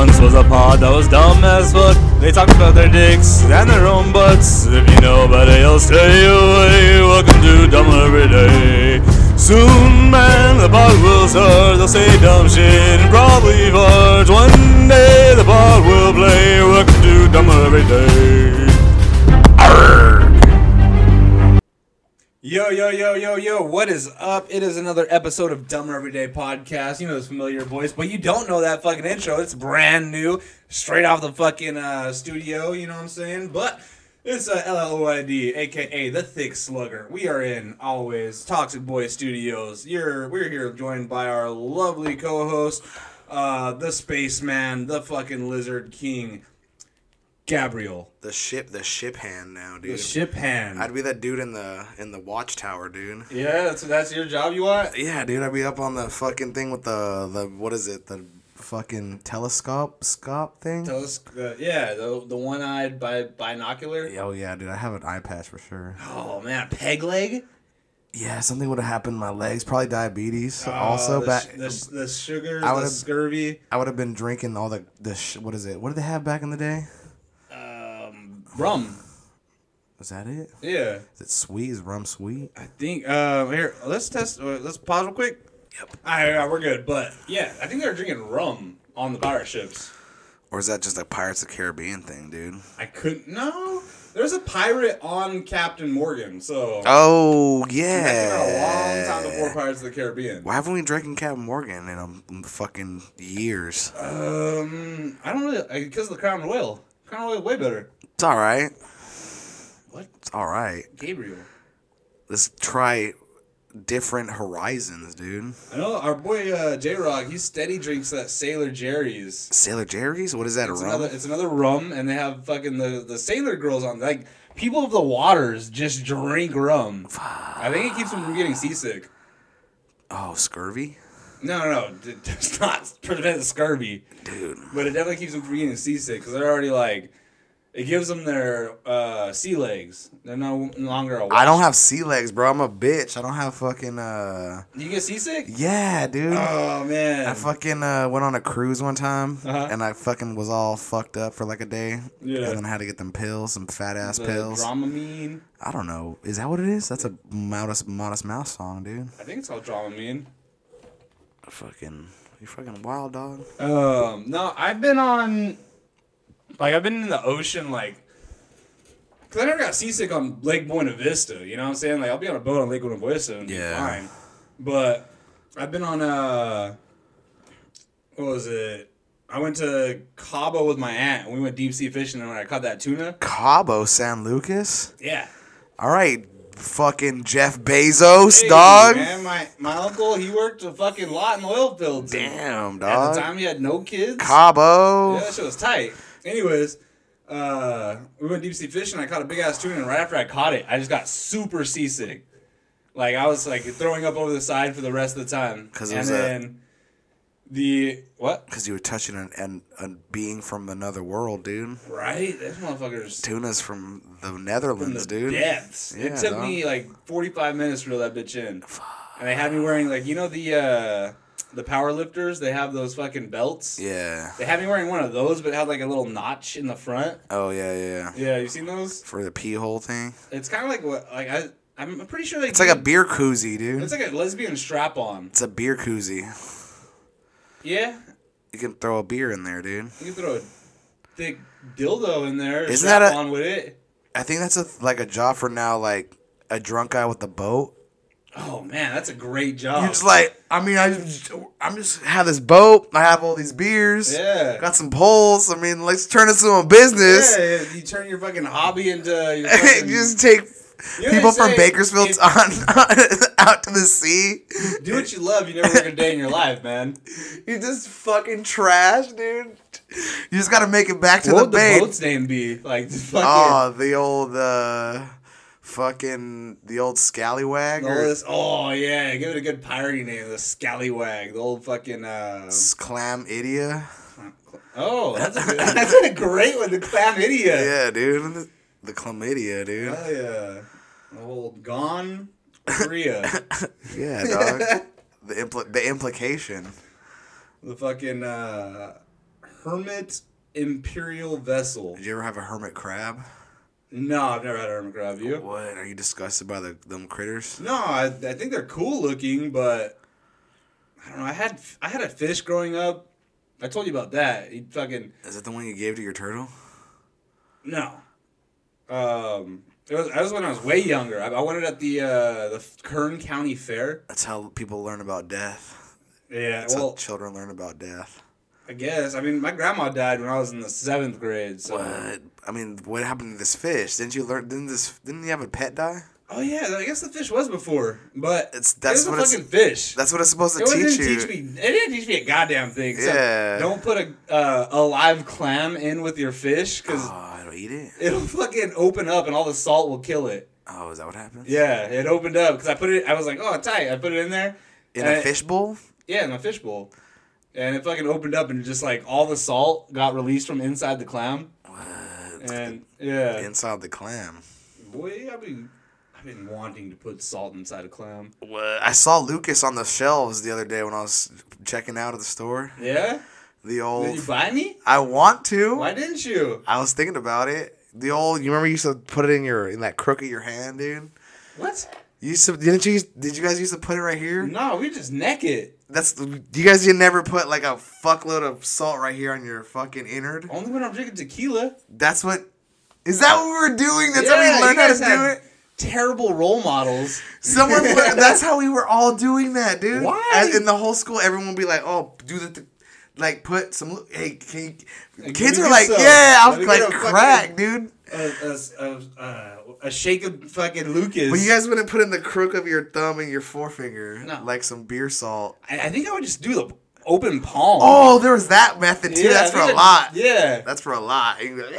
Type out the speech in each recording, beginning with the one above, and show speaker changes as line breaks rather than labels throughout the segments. pod that was dumb as fuck. They talked about their dicks and their own butts. If you know better, you'll stay away. Welcome to Dumb Every Day. Soon, man, the pod will start. They'll say dumb shit and probably fart. One day, the pod will play. Welcome to Dumb Every Day.
Yo, yo, yo, yo, yo, what is up? It is another episode of Dumber Everyday Podcast. You know this familiar voice, but you don't know that fucking intro. It's brand new, straight off the fucking uh, studio, you know what I'm saying? But it's uh, LLOID, aka The Thick Slugger. We are in, always, Toxic Boy Studios. You're We're here joined by our lovely co host, uh, the spaceman, the fucking lizard king, Gabriel,
The ship, the ship hand now,
the
dude.
ship hand.
I'd be that dude in the in the watchtower, dude.
yeah, that's, that's your job you want?
Yeah, dude. I'd be up on the fucking thing with the the what is it? The fucking telescope scope thing.
Telesc- uh, yeah, the, the one eyed bi- binocular.
oh yeah, dude. I have an eye patch for sure.
Oh man, peg leg.
Yeah, something would have happened to my legs. Probably diabetes. also,
Oh, Uh, the,
back
sh- the, sh- the sugars,
I
the
would've-
scurvy,
I would have been drinking all the the sh- what is it? What did they have back in the day?
um, rum.
Was that it?
Yeah,
Is it sweet? Is rum sweet?
I think. Uh, here, let's test. Uh, let's pause real quick. Yep. All right, all right, we're good. But yeah, I think they're drinking rum on the pirate ships.
Or is that just a Pirates of the Caribbean thing, dude?
I couldn't. No, there's a pirate on Captain Morgan. So
Oh
that came
yeah.
out a long time before Pirates of the Caribbean.
Why haven't we drinking Captain Morgan in um fucking years?
Um, I don't really because of the Crown Royal. Crown Royal way better.
It's all right.
What,
It's all right.
Gabriel?
Let's try different horizons, dude.
I know our boy uh, J Rock. He steady drinks that Sailor Jerry's.
Sailor Jerry's? What is that?
It's
a rum?
another, it's another rum, and they have fucking the, the sailor girls on. Like people of the waters just drink rum. I think it keeps them from getting seasick.
oh, scurvy,
No, no, no. it does not prevent the scurvy,
dude.
but it definitely keeps them from getting seasick because they're already like. It gives them their uh, sea legs. They're no longer a.
I don't have sea legs, bro. I'm a bitch. I don't have fucking uh.
You get seasick?
Yeah, dude.
Oh man.
I fucking uh, went on a cruise one time,
Uh-huh.
and I fucking was all fucked up for like a day,
Yeah.
and then I had to get them pills, some fat ass
the
pills.
Dramamine.
I don't know. Is that what it is? That's a modest, modest mouse song, dude.
I think it's called Dramamine.
Fucking, you fucking wild dog.
Um, no, I've been on, like, I've been in the ocean, like, because I never got seasick on Lake Buena Vista. You know what I'm saying? Like, I'll be on a boat on Lake Buena Vista and
Yeah.
be fine. But I've been on uh what was it? I went to Cabo with my aunt, and we went deep sea fishing, and I caught that tuna.
Cabo San Lucas.
Yeah.
All right, fucking Jeff Bezos,
Hey,
dog.
Man, my, my uncle, he worked a fucking lot in oil fields. and
Damn,
At the
dog.
time, he had no kids.
Cabo.
Yeah, that shit was tight. Anyways, uh, we went deep sea fishing. I caught a big ass tuna, and right after I caught it, I just got super seasick. Like I was like throwing up over the side for the rest of the time.
'Cause it
and
was a-
then the what?
Because you were touching an, an, a being from another world, dude.
Right, this motherfuckers
Tuna's from the
in
Netherlands,
the
dude.
depths.
Yeah,
it took
dog.
me like forty five minutes to reel that bitch in, and they had me wearing like you know the uh, the power lifters. They have those fucking belts.
Yeah.
They had me wearing one of those, but it had like a little notch in the front.
Oh yeah, yeah. yeah.
Yeah, you seen those?
For the pee hole thing.
It's kind of like what like I I'm pretty sure they
It's like a beer koozie, dude.
it's
It's,
like a lesbian strap on.
a beer koozie.
Yeah,
You can throw a beer in there, dude.
you can throw a thick dildo in there.
Isn't
strap
that a-
on with it?
I think that's a like a job for now, like a drunk guy with the boat.
Oh man, that's a great job.
You're just like, I mean, I just, I'm just have this boat. I have all these beers.
Yeah.
Got some poles. I mean, let's turn this into a business.
yeah, you turn your fucking hobby into your fucking,
just take
You know
people
they say
from Bakersfield
if-
on, out to the sea.
do what you love. You never work a day in your life, man.
You just fucking trash, dude. You just gotta make it back to
what
the
would the
bay.
boat's name be? Like the fucking
Oh, the old uh, fucking the old scallywag
all
or
this. Oh yeah, give it a good piratey name. The scallywag, the old fucking. Uh,
s- clam idia.
oh, that's a, good, that's a great one. The chlamydia.
Yeah, dude. The, the chlamydia, dude.
Hell yeah. The old gone Korea.
Yeah, dog. the impl- the implication.
the fucking uh, hermit imperial vessel.
Did you ever have a hermit crab?
No, I've never had a hermit crab. You?
What? Are you disgusted by the them critters?
No, I, I think they're cool looking, but I don't know. I had I had a fish growing up. I told you about that. He fucking
Is it the one you gave to your turtle?
no. Um, it was that was when I was way younger. I, I won it at the uh, the Kern County Fair.
That's how people learn about death.
Yeah,
That's
well,
how children learn about death.
I guess. I mean, my grandma died when I was in the seventh grade. So.
What? I mean, what happened to this fish? Didn't you learn? Didn't this? Didn't you have a pet die?
Oh yeah, I guess the fish was before, but
It's- that's
it was
what
a
it's-
fucking fish.
That's what it's supposed to
it
teach
didn't
you.
teach me. It didn't teach me a goddamn thing. except
Yeah.
Don't put a uh, a live clam in with your fish because
Oh, I don't eat it.
it'll fucking open up and all the salt will kill it.
Oh, is that what happened?
Yeah, it opened up because I put it. I was like, oh tight. I put it in there.
In
and
a fish bowl?
Yeah, in a fish bowl, and it fucking opened up and just like all the salt got released from inside the clam.
What?
And yeah,
Inside the clam.
boy, I've been I've been wanting to put salt inside a clam.
What? I saw Lucas on the shelves the other day when I was checking out at the store.
Yeah.
The
Did you
old.
buy me?
I want to.
Why didn't you?
I was thinking about it. The old, you remember you used to put it in your in that crook of your hand, dude.
What?
You used to didn't you? use- Did you guys used to put it right here?
No, we just neck it.
That's you guys. You never put like a fuckload of salt right here on your fucking innard.
Only when I'm drinking tequila.
That's what. Is that what we're doing? That's how
you
we learned how to
guys
do
had
it.
Terrible role models.
Someone. lear- that's how we were all doing that, dude.
Why?
And in the whole school, everyone would be like, "Oh, do the." Th- like put some lu- hey can you,
Like,
kids
give
are
me
like
some.
yeah
Let
I'm
me
like
get a fucking-
crack dude
A, a, a, a, a shake of fucking Lucas.
But you guys wouldn't put in the crook of your thumb and your forefinger
No.
like some beer salt.
I, I think I would just do the open palm.
Oh, there was that method too.
Yeah,
That's
I
for
think
a
I-
lot.
Yeah,
That's for a lot. You go,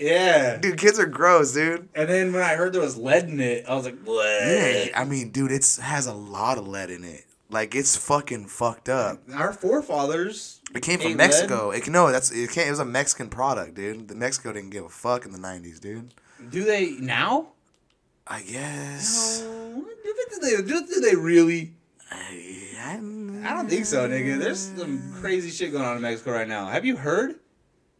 yeah.
Dude, kids are gross, dude.
And then when I heard there was lead in it, I was like, what?
Yeah, I mean, dude, it's has a lot of lead in it. Like it's fucking fucked up.
Our forefathers.
It came
Ain't
from Mexico. It no, that's it can't. It was a Mexican product, dude. The Mexico didn't give a fuck in the nineties, dude.
Do they now?
I guess.
Oh, do they? Do, do they really?
I,
I don't think so, nigga. There's some crazy shit going on in Mexico right now. Have you heard?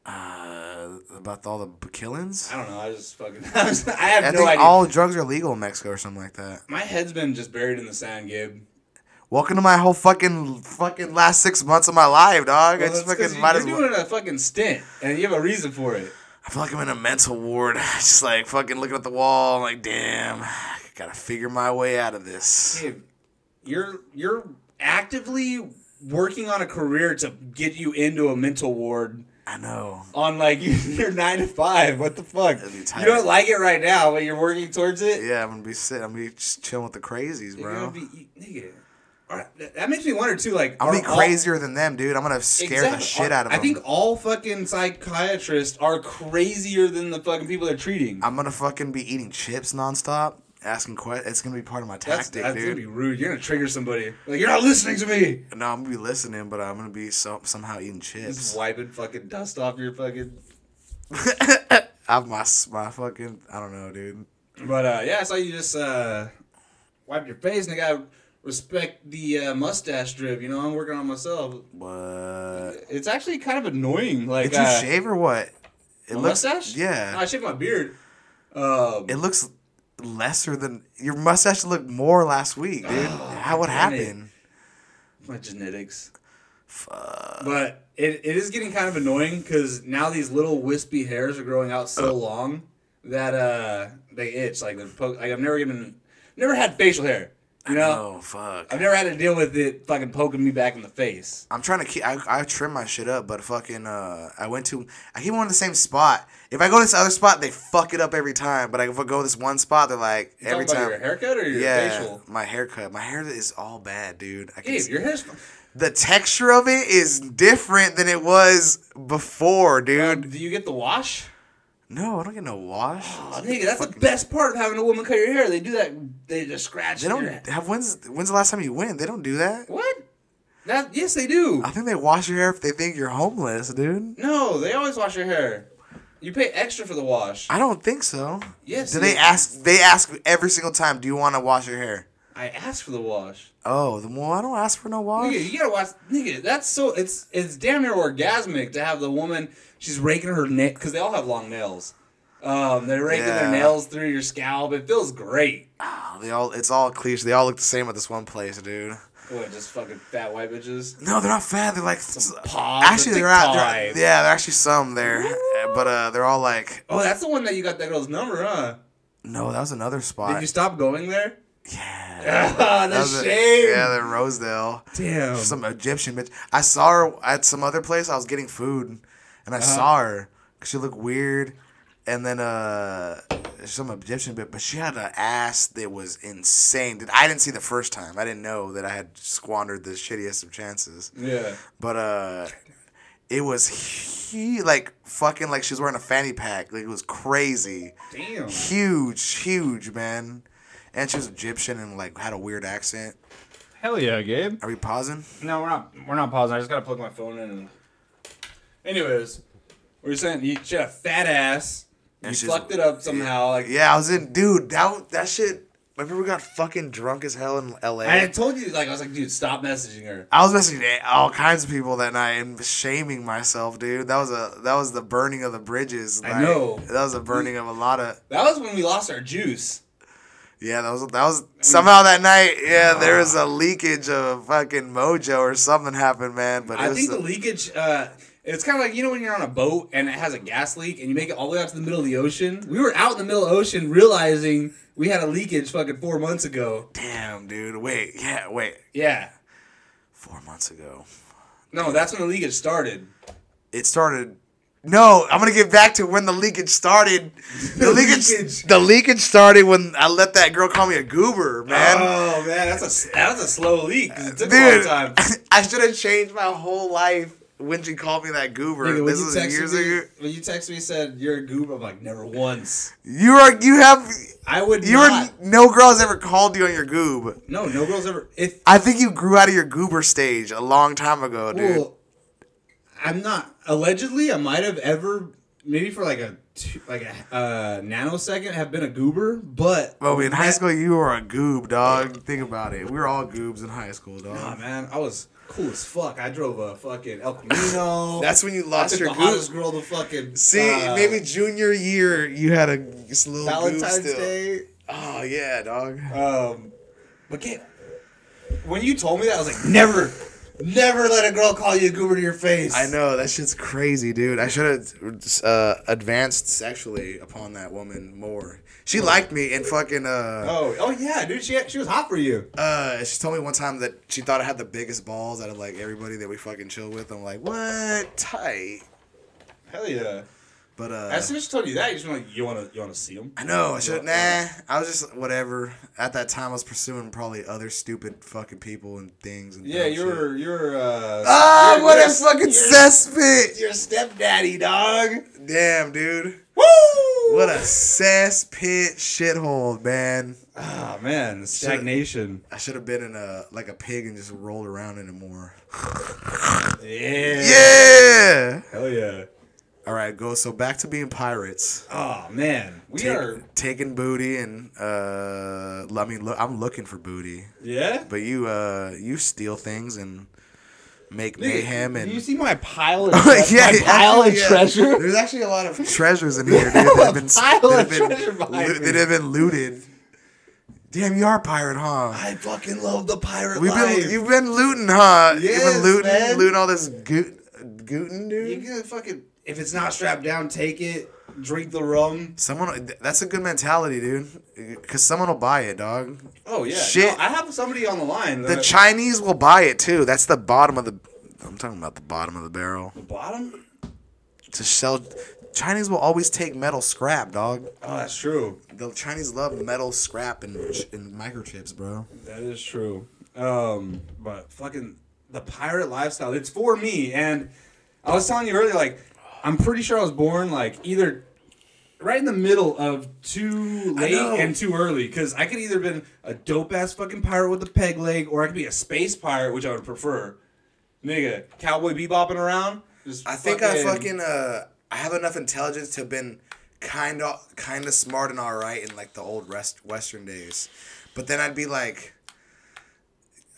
Uh, about all the killings.
I don't know. I just fucking. I, was, I have
I
no
think
idea.
all drugs are legal in Mexico or something like that.
My head's been just buried in the sand, Gabe.
Welcome to my whole fucking fucking last six months of my life, dog. I
Well,
just
that's 'cause
fucking might
you're
as well.
doing a fucking stint, and you have a reason for it.
I feel like I'm in a mental ward. just like fucking looking at the wall. I'm like, damn, I gotta figure my way out of this.
Gabe, you're you're actively working on a career to get you into a mental ward
I know.
on like you're nine to five. What the fuck?
That'd be
You
tight.
don't like it right now, but you're working towards it.
Yeah, I'm gonna be sitting. I'm gonna be just chilling with the crazies,
You're gonna
bro.
be you- nigga. All right, that- That makes me wonder too. Like,
I'll be
are all-
crazier than them, dude. I'm gonna scare the
Exactly.
shit out of
I
them.
think all fucking psychiatrists are crazier than the fucking people they're treating.
I'm gonna fucking be eating chips nonstop, asking questions. It's gonna be part of my
That's,
tactic,
that's gonna
dude.
be rude. You're gonna trigger somebody. Like you're not listening to me.
No, I'm gonna be listening, but I'm gonna be so- somehow eating chips.
Just wiping fucking dust off your fucking.
I've my s- my fucking. I don't know, dude.
But uh, yeah, I saw you just uh, wipe your face, and I gotta respect the uh, mustache drip. You know, I'm working on myself.
What?
It's actually kind of annoying. Like
Did
uh,
you shave or what? It
my
looks
mustache. No, I
yeah.
shaved my beard. Um,
It looks lesser than your mustache looked more last week, dude. How would
damn Oh, it.
happen?
my genetics.
Fuck.
But it, it is getting kind of annoying because now these little wispy hairs are growing out so long that uh they itch like they're po- like I've never even never had facial hair. You know,
Oh fuck.
I've never had to deal with it fucking poking me back in the face.
I'm trying to keep. I, I trim my shit up, but fucking. Uh, I went to. I keep going to the same spot. If I go to this other spot, they fuck it up every time. But if I go to this one spot, they're like
You
every
talking
time.
about your haircut or your
yeah,
facial.
my haircut. My hair is all bad, dude. I can
Gabe,
s-
your hair's
the texture of it is different than it was before, dude.
Do you get the wash?
No, I don't get no wash.
Oh, nigga, that's the best part of having a woman cut your hair. They do that. They just scratch.
They
Your
don't have when's when's the last time you went? They don't do that.
what? That yes, they do.
I think they wash your hair if they think you're homeless, dude.
No, they always wash your hair. You pay extra for the wash.
I don't think so.
Yes.
Do they ask? They ask every single time. Do you want to wash your hair?
I asked for the wash.
Oh, then, well, I don't ask for no wash.
Nigga, you gotta watch. Nigga, that's so. It's it's damn near orgasmic to have the woman. She's raking her nail because they all have long nails. Um, they're raking
Yeah.
their nails through your scalp. It feels great.
Oh, they all it's all cliche. They all look the same at this one place, dude.
What, just fucking fat white bitches?
No, they're not fat. They're like
paws
actually
with
they're
the
out. They're,
ties.
yeah, they're actually some there, but uh, they're all like
Oh, that's the one that you got that girl's number, huh?
no. That was another
Did
spot.
you stop going there?
yeah,
Ah,
that
the
was a-
shame.
yeah, they're in Rosedale.
Damn.
Some Egyptian bitch. I saw her at some other place. I was getting food, and I saw her 'cause she looked weird. And then uh, some Egyptian bitch, but she had an ass that was insane. That I didn't see the first time. I didn't know that I had squandered the shittiest of chances.
yeah.
But uh it was he like fucking like she was wearing a fanny pack. Like it was crazy.
Damn.
Huge, huge, man. And she was Egyptian and like had a weird accent.
Hell yeah, Gabe.
Are we pausing?
No, we're not. We're not pausing. I just gotta plug my phone in. And... Anyways, we were saying you, she had a fat ass. You
she's-
fucked it up somehow. Like
Yeah, I was in dude, that that shit remember we got fucking drunk as hell in LA.
I had told you, like I was like, dude, stop messaging her.
I was messaging all kinds of people that night and shaming myself, dude. That was a that was the burning of the bridges.
I
like,
know.
That was the burning of a lot of
That was when we lost our juice.
Yeah, that was that was somehow that night. Yeah, there was a leakage of fucking mojo or something happened, man. But it
I
was
think the
the-
leakage. uh it's kind of like you know when you're on a boat and it has a gas leak and you make it all the way out to the middle of the ocean. We were out in the middle of the ocean realizing we had a leakage fucking four months ago.
damn, dude. Wait, yeah, wait.
Yeah,
Four months ago,
no, that's when the leakage started.
it started. No, I'm gonna get back to when the leakage started. The,
The
leakage,
leakage.
the leakage started when I let that girl call me a goober, man.
oh man, that's a that's a slow leak. 'cause It took
dude,
a long time.
I should have changed my whole life when she called me that goober.
Nigga, when
this
you
was
texted
years
me,
ago.
When you texted me, said you're a goober. I'm like, never once.
You are you have
I would
you are
not.
no girls ever called you on your goob.
No, no girls ever. If
I think you grew out of your goober stage a long time ago, dude.
well, I'm not. Allegedly, I might have ever maybe for like a two- like a uh, nanosecond have been a goober, but
but in high school, you were a goob, dog. Think about it. We were all goobs in high school, dog.
Nah, man, I was cool as fuck. I drove a fucking El Camino.
That's when you
I
lost
took
your
the
goob.
hottest girl to fucking
See,
uh,
maybe junior year, you had a just little
Valentine's
goob still.
Day.
Oh yeah, dog.
Um, but get, when you told me that, I was like, never, never let a girl call you a goober to your face.
I know that shit's crazy, dude. I should have uh, advanced sexually upon that woman more. She liked me and fucking. Uh,
Oh, oh yeah, dude, she she was hot for you.
Uh, she told me one time that she thought I had the biggest balls out of like everybody that we fucking chill with. I'm like, what tight?
Hell yeah.
But uh,
As soon as she told you that, you just went like, you wanna you wanna see him?
I know I should. Nah,
Yeah.
I was just whatever. At that time, I was pursuing probably other stupid fucking people and things. And
Yeah,
dumb shit.
you're you're. uh
Ah,
you're-
what
you're-
a
you're-
fucking cesspit!
You're a stepdaddy, dog.
Damn, dude.
Woo!
What a cesspit shithole, man.
Ah man, stagnation.
I should have been in a like a pig and just rolled around in it more.
Yeah.
Yeah.
Hell yeah.
All right, go. So back to being pirates.
Oh man, we
Take-
are.
taking booty and uh I mean look I'm looking for booty.
Yeah.
But you uh you steal things and make
Dude,
mayhem and
you see my pile of tre- my pile
actually, yeah.
of treasure?
There's actually a lot of treasures in here, dude. That have been,
Pile
that have
of
been,
treasure behind
loo-
me.
that have been looted. Damn, you are a pirate, huh?
I fucking love the pirate
We've
life.
been you've been looting, huh? you've
Yes,
been looting,
man.
looting all this goot, gootin, dude.
You can fucking if it's not strapped down, take it, drink the rum.
Someone that's a good mentality, dude. Cause someone will buy it, dog.
Oh yeah,
Shit.
No, I have somebody on the line.
The
That,
Chinese will buy it too. That's the bottom of the. I'm talking about the bottom of the barrel.
the bottom.
To sell, Chinese will always take metal scrap, dog.
Oh, that's true.
The Chinese love metal scrap and and microchips, bro.
That is true. Um, but fucking the pirate lifestyle. It's for me, and I was telling you earlier, like I'm pretty sure I was born like either right in the middle of too late
know.
and too early because I could either been a dope ass fucking pirate with a peg leg, or I could be a space pirate, which I would prefer. Nigga, cowboy bebopping around. Just
I think I fucking uh I have enough intelligence to have been kind of kind of smart and all right in like the old rest Western days, but then I'd be like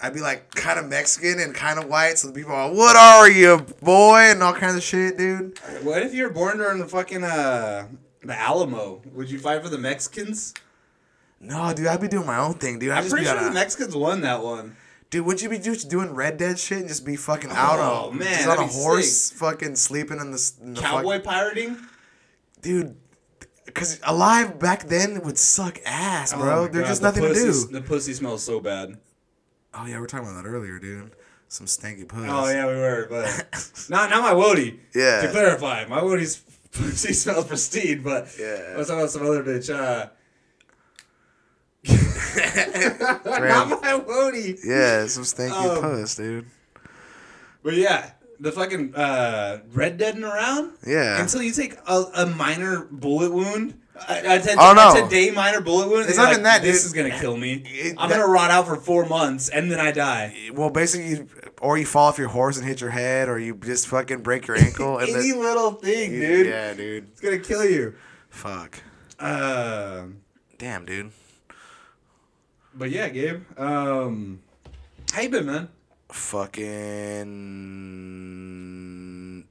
I'd be like kind of Mexican and kind of white, so the people are, "What are you, boy?" and all kinds of shit, dude.
What if you were born during the fucking uh the Alamo? Would you fight for the Mexicans?
No, dude, I'd be doing my own thing, dude. I'd
I'm
just be
pretty sure
on
the
a-
Mexicans won that one.
Dude, wouldn't you be do, doing Red Dead shit and just be fucking out
Oh,
on
man,
just on a
that'd be
horse, fucking sleeping in the, s- in the fuck-
Cowboy pirating?
dude? Because alive back then would suck ass, bro.
Oh my
There's
God,
just
the
nothing to
pussy-
do.
The pussy smells so bad.
Oh yeah, we were talking about that earlier, dude. Some stanky puss.
Oh yeah, we were, but not not my woody.
Yeah.
To clarify, my woody's pussy smells pristine, but
Yeah.
I was talking about some other bitch. Uh,
Graham.
not my woody.
Yeah, some stanky
Um,
puss, dude.
But yeah, the fucking uh, red deading around.
Yeah.
Until you take a, a minor bullet wound. A, a, ten-
Oh, no.
a day minor bullet wound.
It's
you're
not even that,
This
dude.
is gonna kill me.
It-
I'm
that-
gonna rot out for four months and then I die.
Well, basically, you, or you fall off your horse and hit your head, or you just fucking break your ankle. and
Any
then,
little thing, dude.
Yeah, dude.
It's gonna kill you.
Fuck.
Um.
Damn, dude.
But yeah, Gabe. Um, how you been, man?
Fucking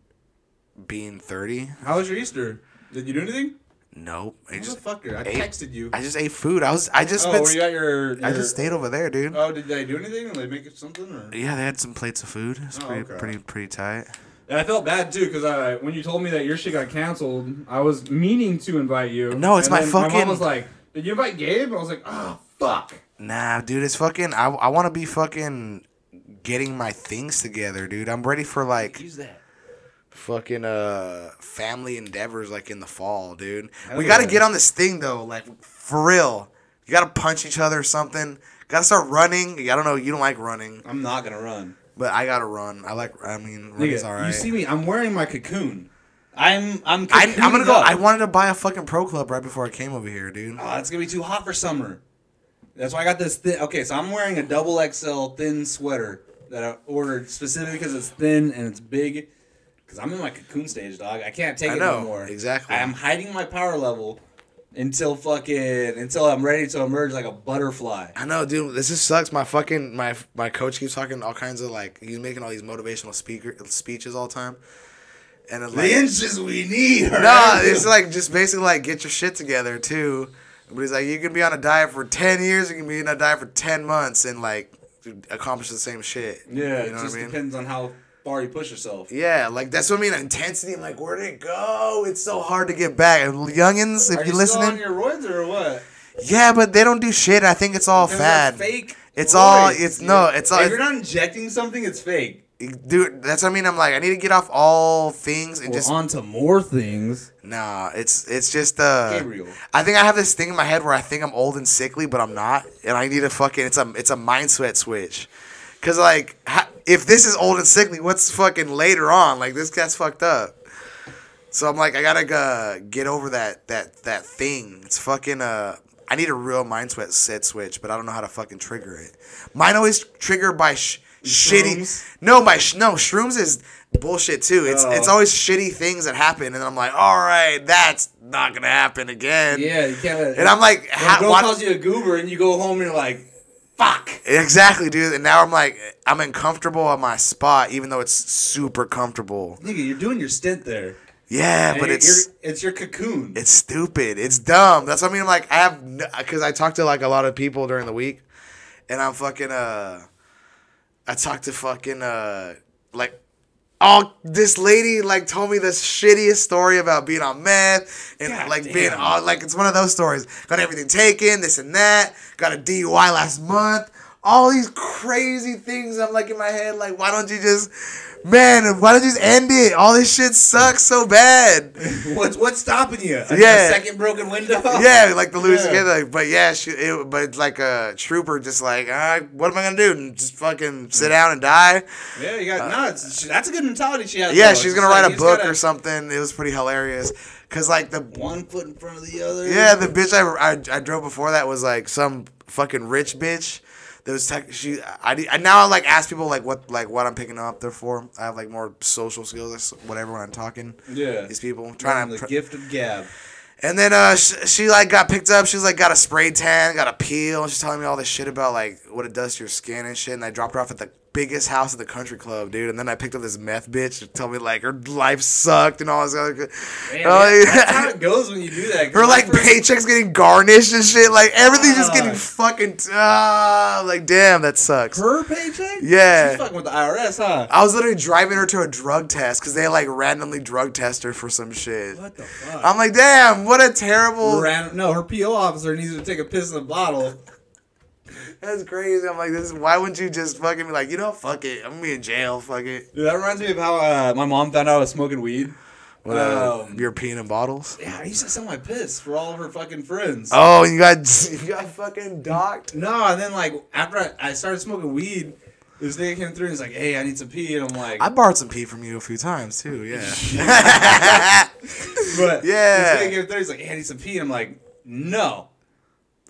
being thirty.
How was your Easter? Did you do anything?
Nope. I just
Motherfucker, I
ate-
texted you.
I just ate food. I was I just
oh,
spent.
were you at your?
I
your-
just stayed over there, dude.
Oh, did they do anything? Did they make it something? Or?
yeah, they had some plates of food. It's
Oh,
pretty,
okay.
pretty, pretty tight.
And I felt bad too because I when you told me that your shit got canceled, I was meaning to invite you.
No, it's
And
my
then My
fucking-
mom was like, "Did you invite Gabe?" I was like, "Oh fuck."
Nah, dude, it's fucking. I, I want to be fucking getting my things together, dude. I'm ready for like
Use that.
fucking uh family endeavors like in the fall, dude.
Hell
we got to
yeah.
get on this thing though, like for real. You got to punch each other or something. Got to start running. I don't know. You don't like running,
I'm not gonna run.
but I gotta run. I like. I mean, running's
Nigga,
all right.
you see me? I'm wearing my cocoon. I'm I'm.
I, I'm gonna
cocooned
go.
up.
I wanted to buy a fucking pro club right before I came over here, dude.
Oh, it's gonna be too hot for summer. That's why I got this thin. Okay, so I'm wearing a double XL thin sweater that I ordered specifically because it's thin and it's big. Because I'm in my cocoon stage, dog. I can't take
I
it
know,
no more.
exactly.
I'm hiding my power level until fucking until I'm ready to emerge like a butterfly.
I know, dude. This just sucks. My fucking my my coach keeps talking all kinds of like he's making all these motivational speaker speeches all the time, and it's like
inches we need. are
no,
out
it's
there.
like just basically like get your shit together too. But he's like, you can be on a diet for ten years, you can be on a diet for ten months, and like accomplish the same shit.
yeah.
you
it
know
just
what I mean.
depends on how far you push yourself.
Yeah, like that's what I mean. Intensity, I'm like, where'd it go? It's so hard to get back. And Youngins, if
Are
you're
you
listening,
still on your roids or what?
yeah, but they don't do shit. I think it's all
They're
fad.
Fake.
It's all-
roids,
it's-
dude.
no, it's all-
If you're not injecting something, it's fake.
dude that's what i mean i'm like i need to get off all things and
We're
just
on to more things.
nah it's it's just uh
Gabriel.
i think i have this thing in my head where i think i'm old and sickly but i'm not and i need to fucking it's a it's a mind sweat switch because like ha- if this is old and sickly what's fucking later on like this guy's fucked up so i'm like i gotta uh, get over that that that thing it's fucking uh i need a real mind sweat set switch but i don't know how to fucking trigger it mine always trigger by sh-
Shrooms?
shitty no, my sh- no shrooms is bullshit too. It's
Oh.
it's always shitty things that happen, and I'm like, all right, that's not gonna happen again.
Yeah, you can't. Let,
And I'm like,
When
ha-
a girl
why-
calls you a goober, and you go home and you're like, "Fuck."
exactly, dude. And now I'm like, I'm uncomfortable on my spot, even though it's super comfortable.
Nigga, you're doing your stint there.
Yeah,
And
but
you're-
it's
you're- it's your cocoon.
it's stupid. It's dumb. That's what I mean. I'm like, I have because I talked to like a lot of people during the week, and I'm fucking uh, I talked to fucking uh, like. Oh, this lady like told me this shittiest story about being on meth and
God
like
damn.
being on like it's one of those stories. Got everything taken, this and that. Got a DUI last month. All these crazy things. I'm like in my head, like why don't you just, man, why don't you just end it? All this shit sucks so bad.
what's what's stopping you? A, a
Yeah.
second broken window.
Yeah, like the loose
Yeah.
kid, like, but yeah, she, it, but like a trooper, just like, all right, what am I gonna do? And just fucking sit down and die?
Yeah, you got no. It's, she, that's a good mentality she has.
Yeah,
though.
she's
It's
gonna
like, you
write a
just
book
gotta-
or something. It was pretty hilarious, cause like the
One foot in front of the other.
yeah, the bitch I, I, I drove before that was like some fucking rich bitch. That was tech, she I, I- I now I like ask people like what like what I'm picking up there for. I have like more social skills or s- whatever when I'm talking.
Yeah.
these people
From
trying
the
to
gift of gab.
And then uh, she, she like got picked up. She was like got a spray tan, got a peel. And she's telling me all this shit about like what it does to your skin and shit. And I dropped her off at the biggest house at the country club, dude. And then I picked up this meth bitch and told me like her life sucked and all this other. good-
Man,
and all-
that's how it goes when you do that. 'cause
her
my
Oh, like
first-
paychecks getting garnished and shit. Like everything's just getting
Fuck.
fucking. ah, like damn, that sucks.
her paycheck.
Yeah.
she's fucking with the IRS, huh?
I was literally driving her to a drug test because they like randomly drug test her for some shit.
What the fuck?
I'm like, damn, what a terrible.
Ran- no, her PO officer needs to take a piss in the bottle.
That's crazy. I'm like, this. Why wouldn't you just fucking be like, you know, fuck it, I'm gonna be in jail, fuck it.
Dude, that reminds me of how uh, my mom found out I was smoking weed.
Whatever.
Um,
You're peeing uh, in bottles.
Yeah, I used to sell my piss for all of her fucking friends.
Oh, you got you got fucking docked.
No, and then like after I, I started smoking weed, this nigga came through and he's like, "Hey, I need some pee," and I'm like,
I borrowed some pee from you a few times too. Yeah.
"But
yeah.
This nigga came through, he's like, "Hey, I need some pee," and I'm like, "No."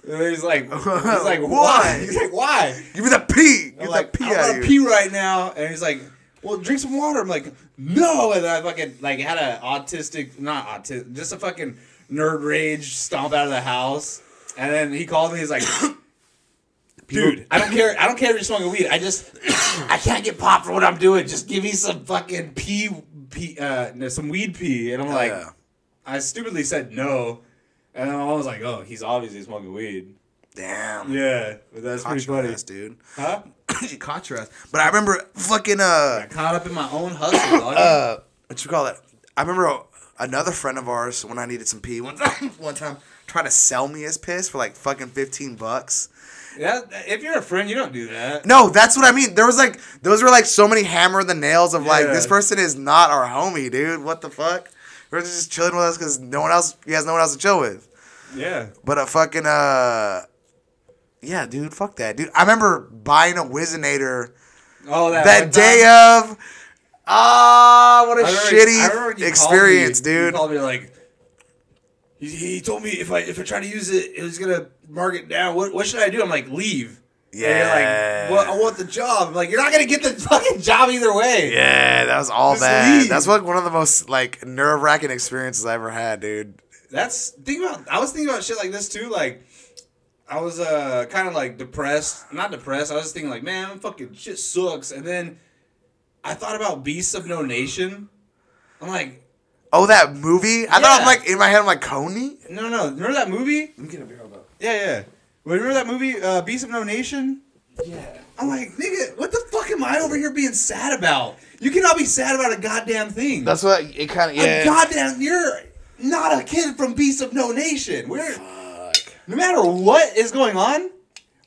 And he's like, he's like, why? He's like, why?
Give me the pee. Get
I'm
the
like,
pee
I
out
want
of
to
here.
pee right now. And he's like, well, drink some water. I'm like, no. And I fucking like had a autistic, not autistic, just a fucking nerd rage stomp out of the house. And then he called me. He's like, dude, I don't care. I don't care if you're smoking weed. I just, I can't get popped for what I'm doing. Just give me some fucking pee, pee, uh, no, some weed pee. And I'm like,
Yeah.
I stupidly said no. And I was like, oh, he's obviously smoking weed.
Damn.
Yeah, but that's
Caught
pretty
your
funny.
ass, dude.
Huh?
you caught your ass. But I remember fucking
I
uh,
caught up in my own hustle, dog.
uh what you call it? I remember uh, another friend of ours when I needed some pee one time, one time tried to sell me his piss for like fucking fifteen bucks.
Yeah, if you're a friend, you don't do that.
No, that's what I mean. There was like those were like so many hammer the nails of like
Yeah.
this person is not our homie, dude. What the fuck? We're just chilling with us because no one else he has no one else to chill with.
Yeah.
But a fucking uh, yeah, dude, fuck that, dude. I remember buying a Wizinator
Oh, that
that
one
day
time-
of. Ah, what a
I remember- I remember when
shitty
you
experience,
called me, You
dude.
called me like. He, he told me if I if I try to use it, it was gonna mark it down. What what should I do? I'm like leave. And you're
Yeah.
like, well, I want the job. I'm like, you're not gonna get the fucking job either way.
Yeah, that was all
Just
bad.
leave.
That's like one of the most like nerve wracking experiences I ever had, dude.
That's think about. I was thinking about shit like this too. Like, I was uh kind of like depressed. Not depressed. I was just thinking like, man, fucking shit sucks. And then I thought about Beasts of No Nation. I'm like,
Oh, that movie! I thought I'm
Yeah.
like in my head. I'm like Coney.
No, no. Remember that movie?
Let me get a beer though.
Yeah, yeah. Wait, Remember that movie, uh, Beast of No Nation?
Yeah.
I'm like, nigga, what the fuck am I over here being sad about? You cannot be sad about a goddamn thing.
That's what it kind of
A goddamn, you're not a kid from Beast of No Nation. We're no matter what is going on,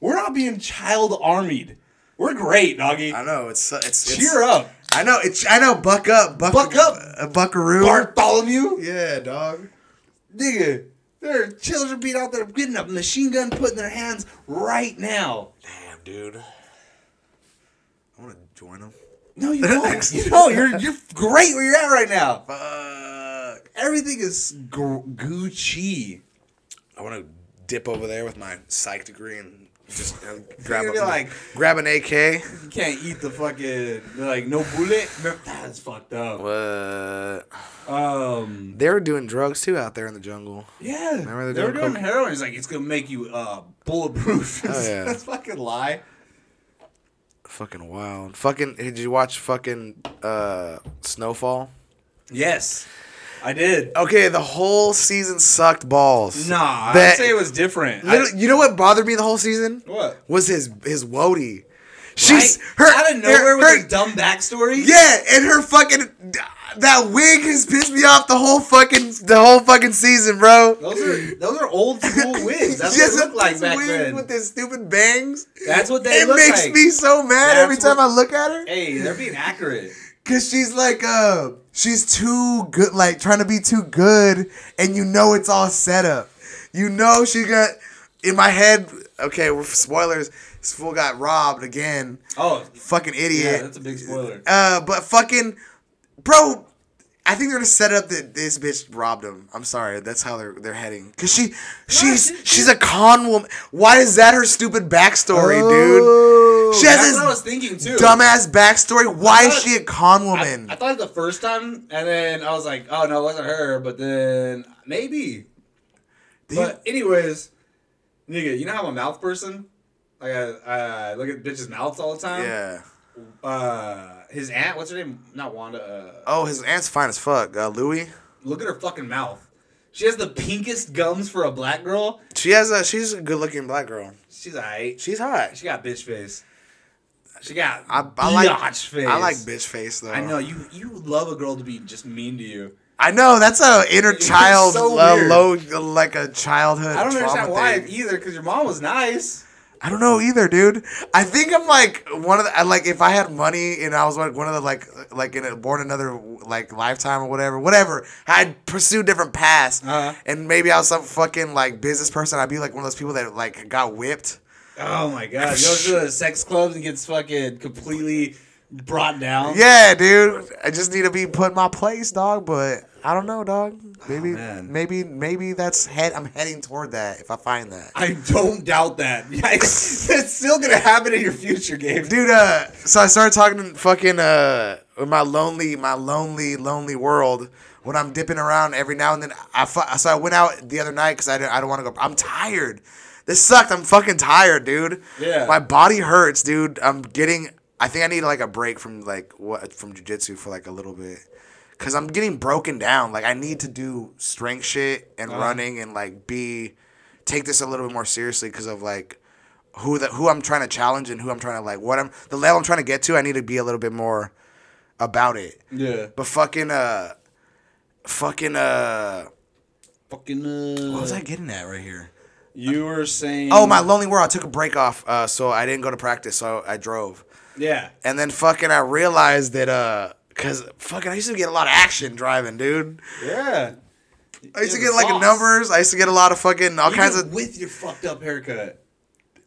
we're not being child armied. We're great, doggy.
I know it's it's, it's
Cheer up,
I know it's I know buck up buck,
Buck up.
uh, buckaroo.
Bartholomew.
Yeah, dog.
Nigga, there are children being out there getting a machine gun put in their hands right now.
Damn, dude. I want to join them.
No, you don't. you know, you're you're great where you're at right now.
Fuck.
Everything is gu- Gucci.
I want to dip over there with my psych degree and just uh, grab
You're
a,
gonna be like-
grab an AK.
You can't eat the fucking like no bullet. That's fucked up.
What?
Um,
They were doing drugs too out there in the jungle.
yeah,
Remember
they
they're
were
doing
doing
coke?
heroin. It's like it's gonna make you uh bulletproof.
Oh, yeah.
That's fucking lie.
Fucking wild. Fucking. Did you watch fucking uh Snowfall?
Yes, I did.
Okay, the whole season sucked balls.
Nah, I'd
That-
say it was different. I-
Literally- you know what bothered me the whole season?
what?
Was his his Wody. She's
Right?
her
out of nowhere
her,
with
her-
her dumb backstory.
Yeah, and her fucking that wig has pissed me off the whole fucking the whole fucking season, bro.
those are those are old school wigs. That's what
Just
it looked like
this
back
wig
then.
with his stupid bangs.
That's what they
It
look
makes
like.
me so mad
That's
every time
what-
I look at her.
Hey, they're being accurate.
Cause she's like, uh, she's too good, like trying to be too good, and you know it's all set up. You know she got in my head. Okay, we're spoilers. This fool got robbed again.
Oh,
Fucking
yeah,
idiot.
that's a big spoiler.
uh, but fucking, bro. I think they're gonna set up that this bitch robbed him. I'm sorry, that's how they're they're heading. Cause she, she's
she-
she's a con woman. Why is that her stupid backstory, dude?
Oh,
She
That's
has
what I was
this
thinking too.
dumbass backstory. Why is
thought-
she a con
I,
woman?
I thought it the first time, and then I was like, "Oh no, it wasn't her." But then maybe
They-
But anyways, nigga, you know how I'm a mouth person. Like I, I look at bitches' mouths all the time.
yeah.
Uh, his aunt, what's her name? Not Wanda. Uh,
Oh, his aunt's fine as fuck. Uh, Louis.
look at her fucking mouth. She has the pinkest gums for a black girl.
She has a. She's a good-looking black girl.
She's alright.
She's hot.
She got bitch face. She got
I, I like.
biatch face.
I like bitch face though.
I know you. You love a girl to be just mean to you.
I know that's a inner
It's
child,
so
uh,
weird.
low, like a childhood.
I don't
trauma
understand why
thing.
either, because your mom was nice.
I don't know either, dude. I think I'm like one of the I- like if I had money and I was like one of the like like in a, born another like lifetime or whatever, whatever. I'd pursue different paths,
Uh-huh.
and maybe I was some fucking like business person. I'd be like one of those people that like got whipped.
Oh my god, goes to the sex clubs and gets fucking completely brought down.
Yeah, dude. I just need to be put in my place, dog. But I don't know, dog. Maybe
man.
maybe maybe that's head. I'm heading toward that if I find that.
I don't doubt that. Yikes. it's still gonna happen in your future game.
dude uh so i started talking to fucking uh with my lonely my lonely lonely world when i'm dipping around every now and then i fu- so i went out the other night because i don't, I don't want to go i'm tired this sucked i'm fucking tired dude
Yeah.
my body hurts dude i'm getting i think i need like a break from like what from jujitsu for like a little bit because i'm getting broken down like i need to do strength shit and running and like be take this a little bit more seriously because of like who the who I'm trying to challenge and who I'm trying to like what I'm the level I'm trying to get to. I need to be a little bit more about it.
Yeah.
But fucking uh, fucking uh,
Fucking uh,
what was I getting at right here?
You were saying
Oh my lonely world. I took a break off, uh, so I didn't go to practice. So I, I drove,
Yeah.
and then fucking I realized that uh, cause fucking I used to get a lot of action driving, dude.
Yeah.
I used to
You're the
get like
boss.
numbers. I used to get a lot of fucking all kinds
Even
of.
with your fucked up haircut.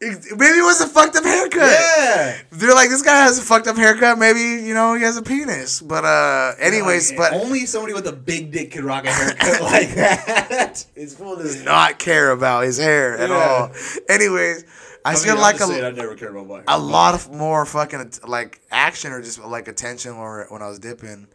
Maybe it was a fucked up haircut.
Yeah.
They're like, this guy has a fucked up haircut. Maybe you know he has a penis. But uh, anyways,
Like,
but
only somebody with a big dick could rock a haircut like that. It's full of
does not care about his hair at
Yeah.
all. Anyways, I,
I
feel
mean,
like
I'll just say it, I
a,
never care about my
a lot of more fucking att- like action or just like attention or when I was dipping,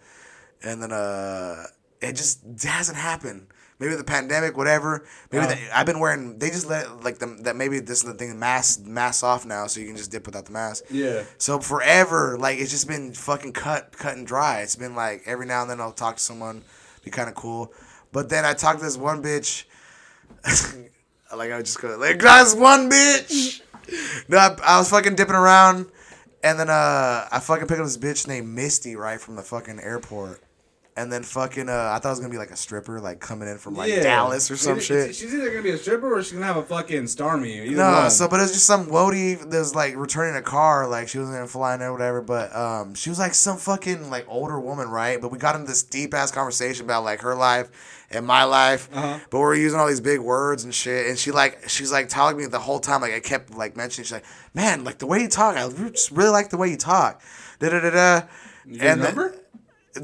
and then uh, it just hasn't happened. Maybe the pandemic, whatever. Maybe
Uh.
the- I've been wearing. They just let like them that maybe this is the thing mask mask off now, so you can just dip without the mask.
Yeah.
So forever, like it's just been fucking cut, cut and dry. It's been like every now and then I'll talk to someone, be kind of cool, but then I talked to this one bitch. like I would just go like that's one bitch. No, I, I was fucking dipping around, and then uh, I fucking picked up this bitch named Misty right from the fucking airport. And then fucking, uh, I thought it was gonna be like a stripper, like coming in from like
Yeah.
Dallas or some
It-
shit.
it's- She's either gonna be a stripper or she's gonna have a fucking star me. Either
No,
one.
so but it was just some woady that was like returning a car, like she wasn't gonna fly in or whatever. But um, she was like some fucking like older woman, right? But we got into this deep ass conversation about like her life and my life.
Uh-huh.
But we are using all these big words and shit. And she like she's like telling me the whole time, like I kept like mentioning, she's like, man, like the way you talk, I re- just really like the way you talk. Da da da da.
Your number?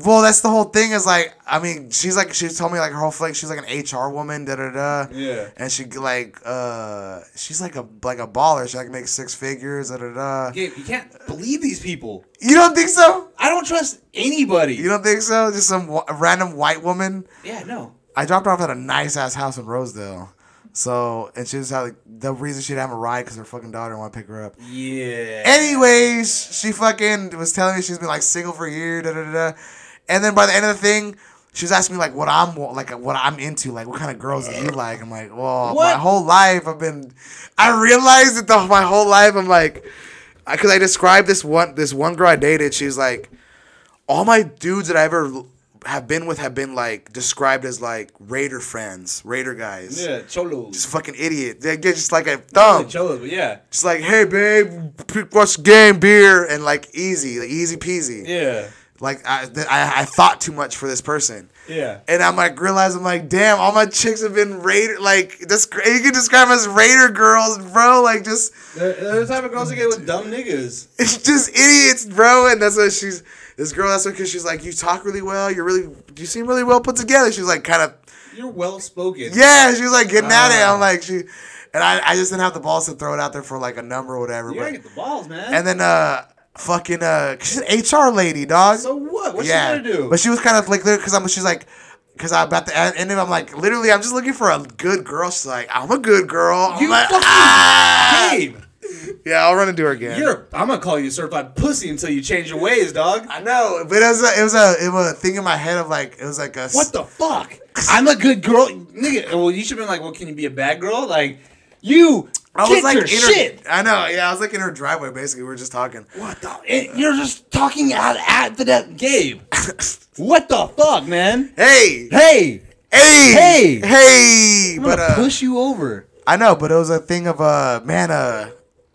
Well, that's the whole thing. Is like, I mean, she's like, she told me like her whole flick. She's like an HR woman, da da da.
Yeah.
And she like, uh, she's like a like a baller. She like makes six figures, da da da.
Gabe, you can't believe these people.
You don't think so?
I don't trust anybody.
You don't think so? Just some wh- random white woman.
yeah, no.
I dropped her off at a nice ass house in Rosedale. So, and she was had, like, the reason she didn't have a ride because her fucking daughter want to pick her up.
Yeah.
Anyways, she fucking was telling me she's been like single for a year, da da da. da. And then by the end of the thing, she was asking me like what I'm like what I'm into, like what kind of girls do you like? I'm like, well,
What?
my whole life I've been. I realized that the, my whole life I'm like, because I described this one this one girl I dated. She's like, all my dudes that I ever l- have been with have been like described as like Raider friends, Raider guys.
yeah, cholos.
Just fucking idiot. They get just like a thumb.
Cholos, but yeah.
Just like, hey babe, p- what's the game beer and like easy, like, easy peasy.
Yeah.
Like I, th- I, I thought too much for this person,
Yeah.
and I'm like realizing, I'm like, damn, all my chicks have been raider. Like this, you can describe them as raider girls, bro. Like just,
They're, they're the type of girls that get with dumb niggas.
it's just idiots, bro. And that's what she's this girl. That's because she's like, you talk really well. You're really, you seem really well put together. She's like, kind of
You're well spoken.
Yeah, she was like getting at it.
Ah.
I'm like she, and I, I just didn't have the balls to throw it out there for like a number or whatever.
You
but
gotta get the balls, man.
and then uh, fucking uh, 'cause she's an HR lady, dog.
so what? What's she gonna do?
But she was kind of like, because I'm, she's like, Cause I about to end it, I'm like, literally, I'm just looking for a good girl. She's like, I'm a good girl. I'm
You
like,
fucking
"Ah!"
Gabe,
Yeah, I'll run into her again.
you're. I'm gonna call you certified pussy until you change your ways, dog.
I know, but it was a, it was a it was a thing in my head of like it was like a
What the fuck? I'm a good girl, nigga. Well, you should have been like, well, can you be a bad girl? Like, you
I
get
was like
your
in
shit.
Her, I know, yeah, I was like in her driveway. Basically, we were just talking.
What the? it- you're just talking out at the death, Gabe. what the fuck, man?
Hey,
Hey, Hey!
hey, hey,
I'm
but
gonna
uh,
push you over.
I know, but it was a thing of uh, man, uh,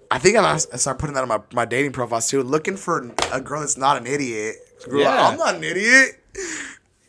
I think I'm, I start putting that on my, my dating profiles too, looking for a girl that's not an idiot. Girl,
Yeah.
I'm not an idiot.